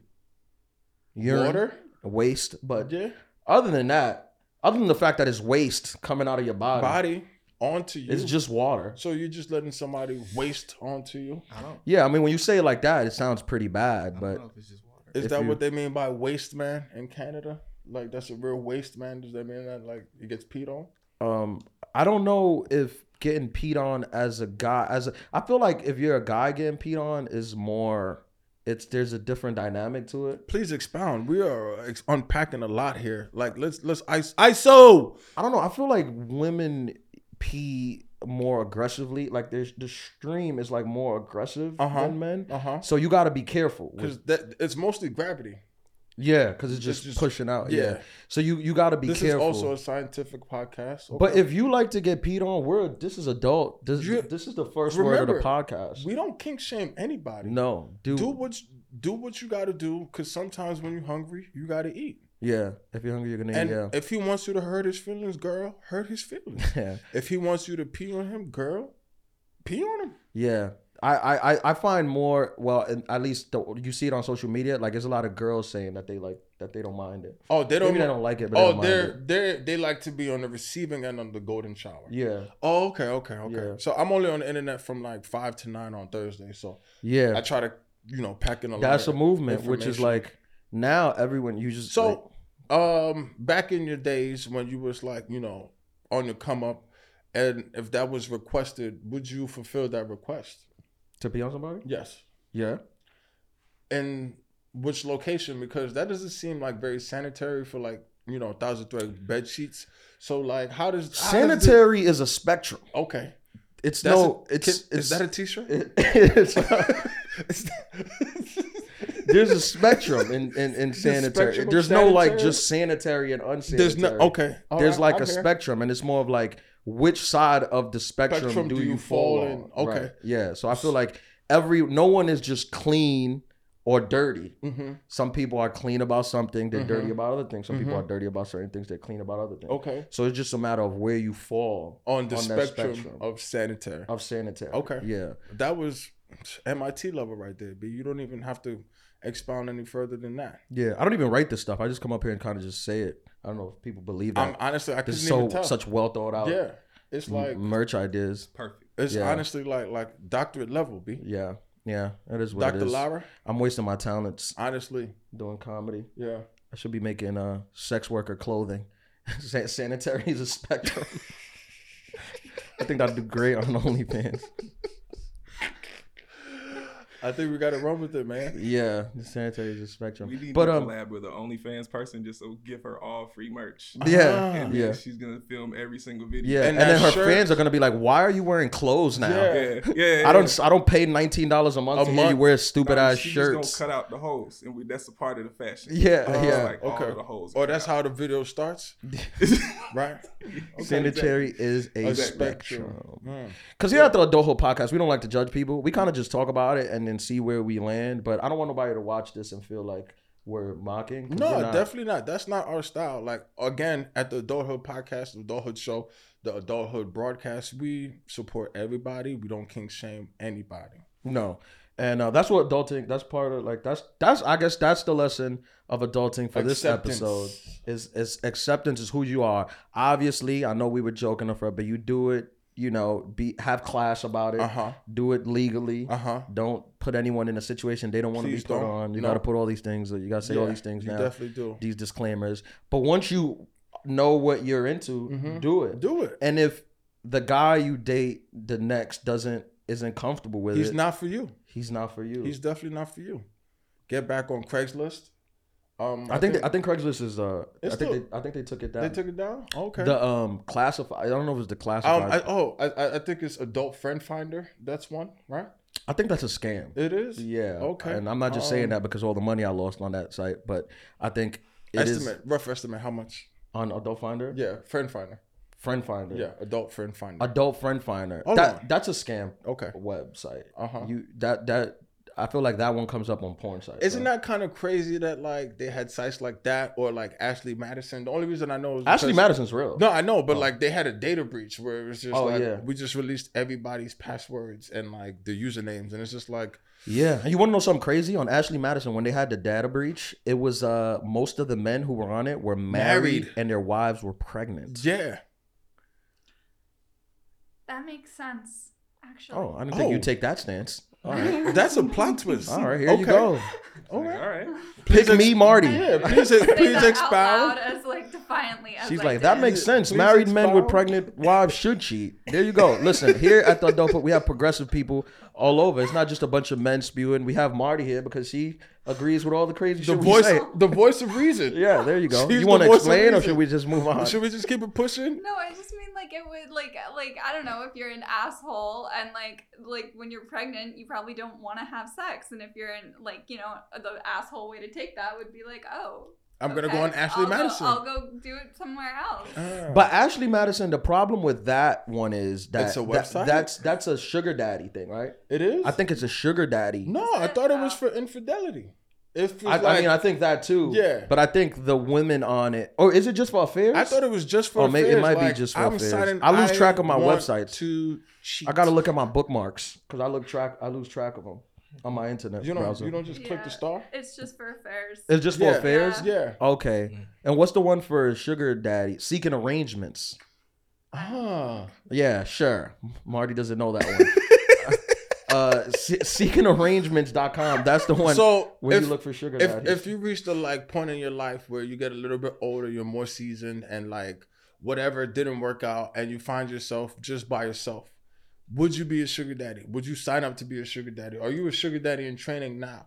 Speaker 3: Urine,
Speaker 4: Water?
Speaker 3: waste. But
Speaker 4: Yeah,
Speaker 3: other than that, other than the fact that it's waste coming out of your body,
Speaker 4: body onto you.
Speaker 3: it's just water.
Speaker 4: so you're just letting somebody waste onto you.
Speaker 6: I don't
Speaker 3: Yeah, I mean when you say it like that, it sounds pretty bad.
Speaker 6: I don't
Speaker 3: But
Speaker 6: know if it's just water.
Speaker 4: Is
Speaker 3: If
Speaker 4: that
Speaker 3: you-
Speaker 4: what they mean by waste man in Canada? Like that's a real waste man. Does that mean that like he gets peed on?
Speaker 3: um, I don't know if getting peed on as a guy as a, I feel like if you're a guy getting peed on is more. It's there's a different dynamic to it.
Speaker 4: Please expound. We are ex- unpacking a lot here. Like let's let's ice ISO.
Speaker 3: I don't know. I feel like women pee more aggressively. Like there's the stream is like more aggressive
Speaker 4: Uh-huh.
Speaker 3: than men.
Speaker 4: Uh huh.
Speaker 3: So you got to be careful. with-
Speaker 4: Because that it's mostly gravity.
Speaker 3: yeah, because it's just,
Speaker 4: It's just-
Speaker 3: pushing out. Yeah.
Speaker 4: yeah.
Speaker 3: So you you got to be
Speaker 4: this
Speaker 3: careful.
Speaker 4: is also a scientific podcast.
Speaker 3: but
Speaker 4: Okay.
Speaker 3: if you like to get peed on, we're this is adult. This
Speaker 4: You-
Speaker 3: this is the first word of
Speaker 4: remember,
Speaker 3: the podcast.
Speaker 4: we don't kink shame anybody,
Speaker 3: no, dude.
Speaker 4: do what you- do what you got to do. Because sometimes when you're hungry, you got to eat.
Speaker 3: yeah, if you're hungry, you're gonna
Speaker 4: And
Speaker 3: eat. Yeah.
Speaker 4: if he wants you to hurt his feelings, girl, hurt his feelings.
Speaker 3: <laughs> yeah,
Speaker 4: if he wants you to pee on him, girl, pee on him.
Speaker 3: yeah. I, I I- I find more well, and at least the, you see it on social media. Like, there's a lot of girls saying that they like that they don't mind it.
Speaker 4: Oh, they don't.
Speaker 3: Maybe they don't like it, but they
Speaker 4: oh,
Speaker 3: don't
Speaker 4: they
Speaker 3: mind
Speaker 4: are they are they like to be on the receiving end of the golden shower.
Speaker 3: it. Yeah,
Speaker 4: Oh, okay, okay, okay.
Speaker 3: Yeah.
Speaker 4: So I'm only on the internet from like five to nine on Thursday. So
Speaker 3: yeah.
Speaker 4: I try to, you know, pack in a lot.
Speaker 3: That's a
Speaker 4: of
Speaker 3: movement, which is
Speaker 4: information.
Speaker 3: like now everyone you just like-
Speaker 4: So, um, back in your days when you was like, you know, on your come up, and if that was requested, would you fulfill that request?
Speaker 3: to be on somebody.
Speaker 4: Yes.
Speaker 3: Yeah,
Speaker 4: In which location? Because that doesn't seem like very sanitary for like you know thousand thread bed sheets. So like, how does how does the-
Speaker 3: sanitary is a spectrum.
Speaker 4: Okay.
Speaker 3: It's
Speaker 4: That's
Speaker 3: no,
Speaker 4: a- <laughs>
Speaker 3: it's <laughs>
Speaker 4: can-
Speaker 3: it's
Speaker 4: is that a t-shirt?
Speaker 3: it's, There's a spectrum in in,
Speaker 4: <laughs>
Speaker 3: in sanitary.
Speaker 4: spectrum of
Speaker 3: There's no like
Speaker 4: sanitary?
Speaker 3: just sanitary and unsanitary.
Speaker 4: There's no okay. all
Speaker 3: There's
Speaker 4: right,
Speaker 3: like
Speaker 4: I'm
Speaker 3: a
Speaker 4: here.
Speaker 3: spectrum, and it's more of like which side of the spectrum, do, you, fall,
Speaker 4: in?
Speaker 3: on?
Speaker 4: Okay.
Speaker 3: Right. Yeah. So I feel like every no one is just clean or dirty.
Speaker 4: Mhm.
Speaker 3: Some people are clean about something, they're
Speaker 4: Mhm.
Speaker 3: dirty about other things. Some people
Speaker 4: Mhm.
Speaker 3: are dirty about certain things, they're clean about other things.
Speaker 4: Okay.
Speaker 3: So it's just a matter of where you fall
Speaker 4: On the
Speaker 3: On that
Speaker 4: spectrum,
Speaker 3: spectrum.
Speaker 4: of sanitary.
Speaker 3: of sanitary.
Speaker 4: Okay.
Speaker 3: Yeah.
Speaker 4: That was MIT level right there, but you don't even have to expound any further than that.
Speaker 3: Yeah. I don't even write this stuff. I just come up here and kind of just say it. I don't know if people believe that.
Speaker 4: I'm honestly I couldn't
Speaker 3: this is
Speaker 4: even
Speaker 3: so
Speaker 4: tell.
Speaker 3: such well thought out
Speaker 4: yeah, it's like
Speaker 3: merch ideas.
Speaker 6: Perfect.
Speaker 4: it's
Speaker 3: yeah.
Speaker 4: honestly like like doctorate level. B.
Speaker 3: Yeah. Yeah. That is what it
Speaker 4: Dr.
Speaker 3: is.
Speaker 4: Lara,
Speaker 3: I'm wasting my talents
Speaker 4: honestly,
Speaker 3: doing comedy.
Speaker 4: yeah.
Speaker 3: I should be making uh sex worker clothing. <laughs> San- Sanitary is a spectrum. <laughs> I think that'd do great on <laughs> OnlyFans.
Speaker 4: I think we got it wrong with it, man.
Speaker 3: Yeah, sanitary is a
Speaker 6: We
Speaker 3: spectrum.
Speaker 6: need
Speaker 3: But
Speaker 6: to
Speaker 3: um,
Speaker 6: collab with an OnlyFans person just so give her all free merch.
Speaker 3: yeah,
Speaker 6: And then
Speaker 3: yeah,
Speaker 6: she's gonna film every single
Speaker 3: yeah.
Speaker 6: video.
Speaker 3: And,
Speaker 4: Ah. And
Speaker 3: then
Speaker 4: that
Speaker 3: her
Speaker 4: shirt-
Speaker 3: fans are gonna be like, "Why are you wearing clothes now?
Speaker 4: Yeah.
Speaker 6: Yeah, yeah.
Speaker 3: I don't. I don't pay nineteen dollars a month
Speaker 4: A
Speaker 3: to hear you
Speaker 4: month.
Speaker 3: wear stupid
Speaker 6: yeah.
Speaker 3: ass
Speaker 6: She just gonna
Speaker 3: shirts."
Speaker 6: cut out the holes, and we, that's a part of the fashion.
Speaker 3: Yeah,
Speaker 6: It's
Speaker 3: yeah.
Speaker 6: <laughs> Like okay.
Speaker 4: Okay.
Speaker 6: the holes.
Speaker 4: Oh, that's
Speaker 6: <laughs>
Speaker 4: how the video starts, right?
Speaker 3: sanitary is a
Speaker 4: Exactly.
Speaker 3: spectrum.
Speaker 4: Mm.
Speaker 3: Because here at the Adulthood Podcast, we don't like to judge people. We kind of just talk about it and then see where we land. But I don't want nobody to watch this and feel like we're mocking. 'cause
Speaker 4: No,
Speaker 3: we're not.
Speaker 4: definitely not. That's not our style. Like again, at the Adulthood Podcast, the Adulthood Show, the Adulthood Broadcast, we support everybody. We don't king shame anybody.
Speaker 3: No. And uh, that's what adulting. That's part of like that's that's I guess that's the lesson of adulting for this
Speaker 4: Acceptance.
Speaker 3: episode is is acceptance is who you are. Obviously, I know we were joking for it, but you do it. You know, be have class about it.
Speaker 4: Uh huh.
Speaker 3: Do it legally.
Speaker 4: Uh huh.
Speaker 3: Don't put anyone in a situation they don't want to be
Speaker 4: Please
Speaker 3: put
Speaker 4: don't.
Speaker 3: on. You
Speaker 4: No.
Speaker 3: got to put all these things. You got to say all these things
Speaker 4: You
Speaker 3: now.
Speaker 4: definitely do.
Speaker 3: These disclaimers. But once you know what you're into,
Speaker 4: Mhm.
Speaker 3: do it.
Speaker 4: Do it.
Speaker 3: And if the guy you date the next doesn't isn't comfortable with
Speaker 4: He's
Speaker 3: it,
Speaker 4: not for you.
Speaker 3: He's not for you.
Speaker 4: He's definitely not for you. Get back on Craigslist. Um,
Speaker 3: I think they, I think Craigslist is uh I think
Speaker 4: It's still-
Speaker 3: they, I think they took it down.
Speaker 4: they took it down. Okay.
Speaker 3: the um classified. I don't know if it's the
Speaker 4: um,
Speaker 3: classified.
Speaker 4: I, oh, I- I, I think it's Adult Friend Finder. That's one, right?
Speaker 3: I, think that's a scam.
Speaker 4: It is.
Speaker 3: yeah.
Speaker 4: Okay.
Speaker 3: And I'm not just saying
Speaker 4: Um,
Speaker 3: that because all the money I lost on that site, but I think it is
Speaker 4: estimate, rough estimate, how much?
Speaker 3: on Adult Finder.
Speaker 4: Yeah, Friend Finder.
Speaker 3: Friend Finder.
Speaker 4: Yeah, Adult Friend Finder.
Speaker 3: Adult Friend Finder.
Speaker 4: Hold
Speaker 3: that
Speaker 4: on.
Speaker 3: that's a scam
Speaker 4: okay.
Speaker 3: website.
Speaker 4: Uh-huh.
Speaker 3: You that that I feel like that one comes up on porn sites.
Speaker 4: Isn't
Speaker 3: right?
Speaker 4: that kind of crazy that like they had sites like that or like Ashley Madison? The only reason I know is
Speaker 3: Ashley
Speaker 4: because-
Speaker 3: Madison's real?
Speaker 4: No, I know, but like they had a data breach where it was just
Speaker 3: Oh,
Speaker 4: like
Speaker 3: yeah.
Speaker 4: we just released everybody's passwords and like the usernames, and it's just like
Speaker 3: Yeah, and you want to know something crazy? On Ashley Madison, when they had the data breach, it was uh most of the men who were on it were married,
Speaker 4: Married.
Speaker 3: and their wives were pregnant.
Speaker 4: yeah,
Speaker 5: That makes sense, actually.
Speaker 3: Oh, I didn't think
Speaker 4: Oh.
Speaker 3: you'd take that stance. All right,
Speaker 4: <laughs> that's a plot twist.
Speaker 3: all right, here you
Speaker 4: Okay.
Speaker 3: go.
Speaker 4: All
Speaker 6: Like,
Speaker 4: right.
Speaker 6: all right.
Speaker 3: Pick me, Marty.
Speaker 4: Yeah, please,
Speaker 5: <laughs>
Speaker 3: <laughs>
Speaker 5: Say
Speaker 4: please
Speaker 5: that out loud
Speaker 4: expound.
Speaker 5: as like defiantly as
Speaker 3: She's
Speaker 5: I
Speaker 3: like,
Speaker 5: did.
Speaker 3: that makes sense.
Speaker 4: Please
Speaker 3: Married men with
Speaker 4: expound. <laughs>
Speaker 3: pregnant wives should cheat. There you go. Listen, here at the Adult Put, we have progressive people all over. It's not just a bunch of men spewing. We have Marty here because she agrees with all the crazy
Speaker 4: The
Speaker 3: shit we
Speaker 4: voice,
Speaker 3: say.
Speaker 4: the voice of reason.
Speaker 3: Yeah, there you go.
Speaker 4: She's
Speaker 3: you want
Speaker 4: the
Speaker 3: to
Speaker 4: voice of
Speaker 3: explain, or
Speaker 4: reason.
Speaker 3: should we just move on?
Speaker 4: Should we just keep it pushing?
Speaker 5: No, I just mean like it would like like I don't know if you're an asshole and like like when you're pregnant you probably don't want to have sex and if you're in like you know the asshole way to take that would be like oh
Speaker 4: I'm gonna
Speaker 5: okay,
Speaker 4: go on Ashley
Speaker 5: I'll
Speaker 4: Madison. Ah,
Speaker 5: I'll go do it somewhere else.
Speaker 3: But Ashley Madison, the problem with that one is that
Speaker 4: It's a
Speaker 3: that-
Speaker 4: website?
Speaker 3: that's that's a sugar daddy thing, right?
Speaker 4: it is.
Speaker 3: I think it's a sugar daddy.
Speaker 4: no, I thought it was for infidelity. It's for
Speaker 3: I,
Speaker 4: like,
Speaker 3: I mean, I think that too.
Speaker 4: Yeah.
Speaker 3: But I think the women on it, or is it just for affairs?
Speaker 4: I thought it was just for.
Speaker 3: Oh, may- it
Speaker 4: affairs,
Speaker 3: might be
Speaker 4: like,
Speaker 3: just for
Speaker 4: I'm
Speaker 3: affairs.
Speaker 4: signing-
Speaker 3: I lose track of my
Speaker 4: want
Speaker 3: websites.
Speaker 4: To cheat.
Speaker 3: I gotta look at my bookmarks because I look track. I lose track of them on my internet
Speaker 4: You don't.
Speaker 3: browser.
Speaker 4: You don't just click
Speaker 5: Yeah.
Speaker 4: the star.
Speaker 5: It's just for affairs.
Speaker 3: it's just for
Speaker 4: Yeah.
Speaker 3: affairs.
Speaker 4: Yeah.
Speaker 3: Okay. And what's the one for sugar daddy? Seeking arrangements.
Speaker 4: Ah.
Speaker 3: Yeah, sure. Marty doesn't know that one. <laughs> uh, se- seekingarrangements.com. That's the one.
Speaker 4: So
Speaker 3: when
Speaker 4: if,
Speaker 3: you look for sugar
Speaker 4: if,
Speaker 3: daddy.
Speaker 4: if you reach the like point in your life where you get a little bit older, you're more seasoned, and like whatever didn't work out, and you find yourself just by yourself, would you be a sugar daddy? Would you sign up to be a sugar daddy? Are you a sugar daddy in training now?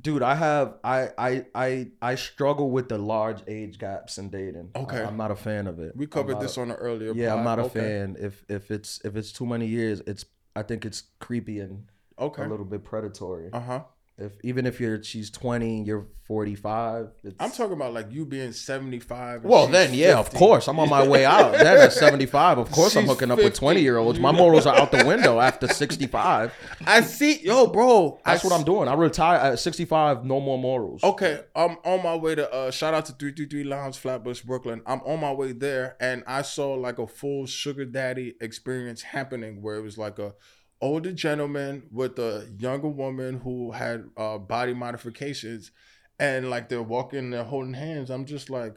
Speaker 3: dude i have i i i i struggle with the large age gaps in dating
Speaker 4: Okay.
Speaker 3: I, am not a fan of it
Speaker 4: We
Speaker 3: I'm
Speaker 4: covered
Speaker 3: not
Speaker 4: this
Speaker 3: a,
Speaker 4: on an earlier.
Speaker 3: yeah i'm
Speaker 4: pod.
Speaker 3: not a
Speaker 4: Okay.
Speaker 3: fan if if it's if it's too many years it's i think it's creepy and
Speaker 4: Okay.
Speaker 3: a little bit predatory
Speaker 4: Uh huh.
Speaker 3: If even if you're she's twenty and you're forty five,
Speaker 4: I'm talking about like you being 75. and
Speaker 3: Well,
Speaker 4: she's
Speaker 3: then, yeah,
Speaker 4: 50.
Speaker 3: of course. I'm on my way
Speaker 4: <laughs>
Speaker 3: out. Then at 75, of course, I'm
Speaker 4: She's
Speaker 3: hooking up with
Speaker 4: 50.
Speaker 3: 20 year olds. My morals are out the window after
Speaker 4: <laughs>
Speaker 3: 65.
Speaker 4: I see, yo, bro. I
Speaker 3: That's what I'm doing. I retire at 65, no more morals.
Speaker 4: Okay, I'm on my way to uh shout out to 333 Lounge Flatbush Brooklyn. I'm on my way there and I saw like a full sugar daddy experience happening where it was like a older gentleman with a younger woman who had uh body modifications and like they're walking they're holding hands. I'm just like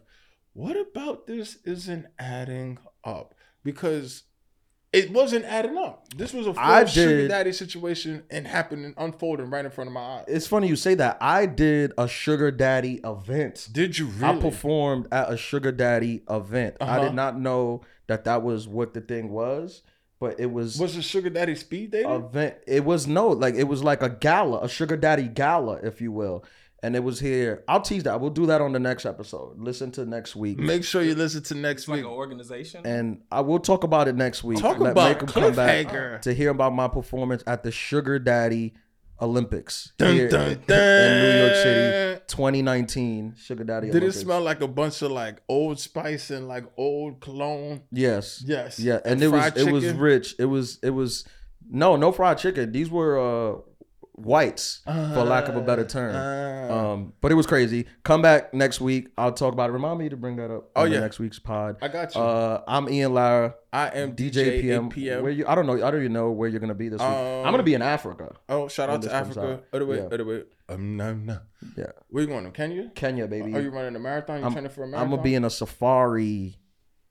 Speaker 4: what about this isn't adding up? Because it wasn't adding up. This was a full
Speaker 3: I
Speaker 4: sugar
Speaker 3: did-
Speaker 4: daddy situation and happening unfolding right in front of my eyes.
Speaker 3: It's funny you say that. I did a sugar daddy event.
Speaker 4: Did you really?
Speaker 3: I performed at a sugar daddy event. I
Speaker 4: Uh-huh.
Speaker 3: did not know that that was what the thing was, but it was.
Speaker 4: Was it Sugar Daddy speed dating?
Speaker 3: event. It was no like it was like a gala, a sugar daddy gala, if you will. And it was here. I'll tease that. We'll do that on the next episode. Listen to next week,
Speaker 4: Make sure you listen to next
Speaker 6: It's like
Speaker 4: week.
Speaker 6: an organization.
Speaker 3: and I will talk about it next week.
Speaker 4: Talk about cliffhanger.
Speaker 3: to hear about my performance at the Sugar Daddy Olympics
Speaker 4: Dun,
Speaker 3: here
Speaker 4: dun,
Speaker 3: in New York
Speaker 4: dun.
Speaker 3: City, 2019 Sugar Daddy
Speaker 4: Did it
Speaker 3: Olympics.
Speaker 4: smell like a bunch of like old spice and like old cologne?
Speaker 3: Yes.
Speaker 4: Yes.
Speaker 3: Yeah, and,
Speaker 4: And
Speaker 3: it was
Speaker 4: fried
Speaker 3: it was
Speaker 4: chicken?
Speaker 3: rich. It was it was no no fried chicken. These were uh whites for lack of a better term.
Speaker 4: Uh,
Speaker 3: um, but it was crazy. Come back next week. I'll talk about it. Remind me to bring that up.
Speaker 4: Oh,
Speaker 3: on the
Speaker 4: yeah.
Speaker 3: next week's pod.
Speaker 4: I got you.
Speaker 3: Uh, I'm Ian Lara.
Speaker 4: I am
Speaker 3: DJ PM. Where you? I don't know. I don't even know where you're gonna be this week. I'm gonna be in Africa.
Speaker 4: oh, shout
Speaker 3: when
Speaker 4: out
Speaker 3: this
Speaker 4: to
Speaker 3: comes
Speaker 4: Africa.
Speaker 3: out.
Speaker 4: Other way,
Speaker 3: Yeah.
Speaker 4: other way. Um, no, no.
Speaker 3: Yeah,
Speaker 4: Where you going to Kenya?
Speaker 3: Kenya, baby.
Speaker 4: Are you running a marathon? You
Speaker 3: I'm,
Speaker 4: training for a
Speaker 3: I'm
Speaker 4: marathon?
Speaker 3: gonna be in a safari.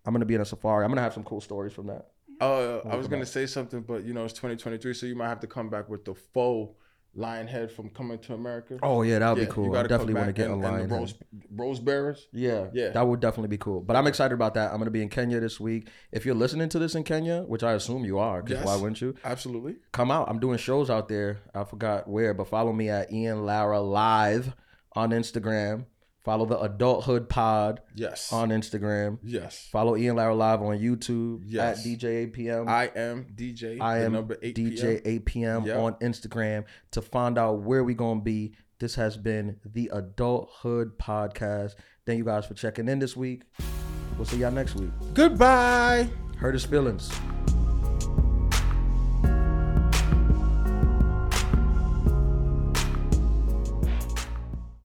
Speaker 3: I'm gonna be in a safari. I'm gonna have some cool stories from that.
Speaker 4: Uh, I was gonna say something, but you know it's 2023, so you might have to come back with the faux lion head from coming to America.
Speaker 3: Oh yeah, that'll
Speaker 4: Yeah,
Speaker 3: be
Speaker 4: you
Speaker 3: cool. I
Speaker 4: gotta come
Speaker 3: definitely want to
Speaker 4: back
Speaker 3: get a
Speaker 4: and-
Speaker 3: lion.
Speaker 4: And the
Speaker 3: head.
Speaker 4: rose, rose bearers.
Speaker 3: Yeah,
Speaker 4: Yeah.
Speaker 3: that would definitely be cool. But I'm excited about that. I'm gonna be in Kenya this week. If you're listening to this in Kenya, which I assume you are, 'cause
Speaker 4: Yes.
Speaker 3: why wouldn't you?
Speaker 4: Absolutely.
Speaker 3: Come out. I'm doing shows out there. I forgot where, but follow me at Ian Lara Live on Instagram. Follow the Adulthood Pod
Speaker 4: Yes.
Speaker 3: on Instagram.
Speaker 4: yes.
Speaker 3: Follow Ian Lara Live on YouTube
Speaker 4: Yes.
Speaker 3: at DJ APM.
Speaker 4: I am DJ.
Speaker 3: I
Speaker 4: the
Speaker 3: am
Speaker 4: number eight
Speaker 3: DJ
Speaker 4: PM.
Speaker 3: APM
Speaker 4: Yep.
Speaker 3: on Instagram to find out where we gonna be. This has been the Adulthood Podcast. Thank you guys for checking in this week. We'll see y'all next week.
Speaker 4: Goodbye.
Speaker 3: Hurt his feelings.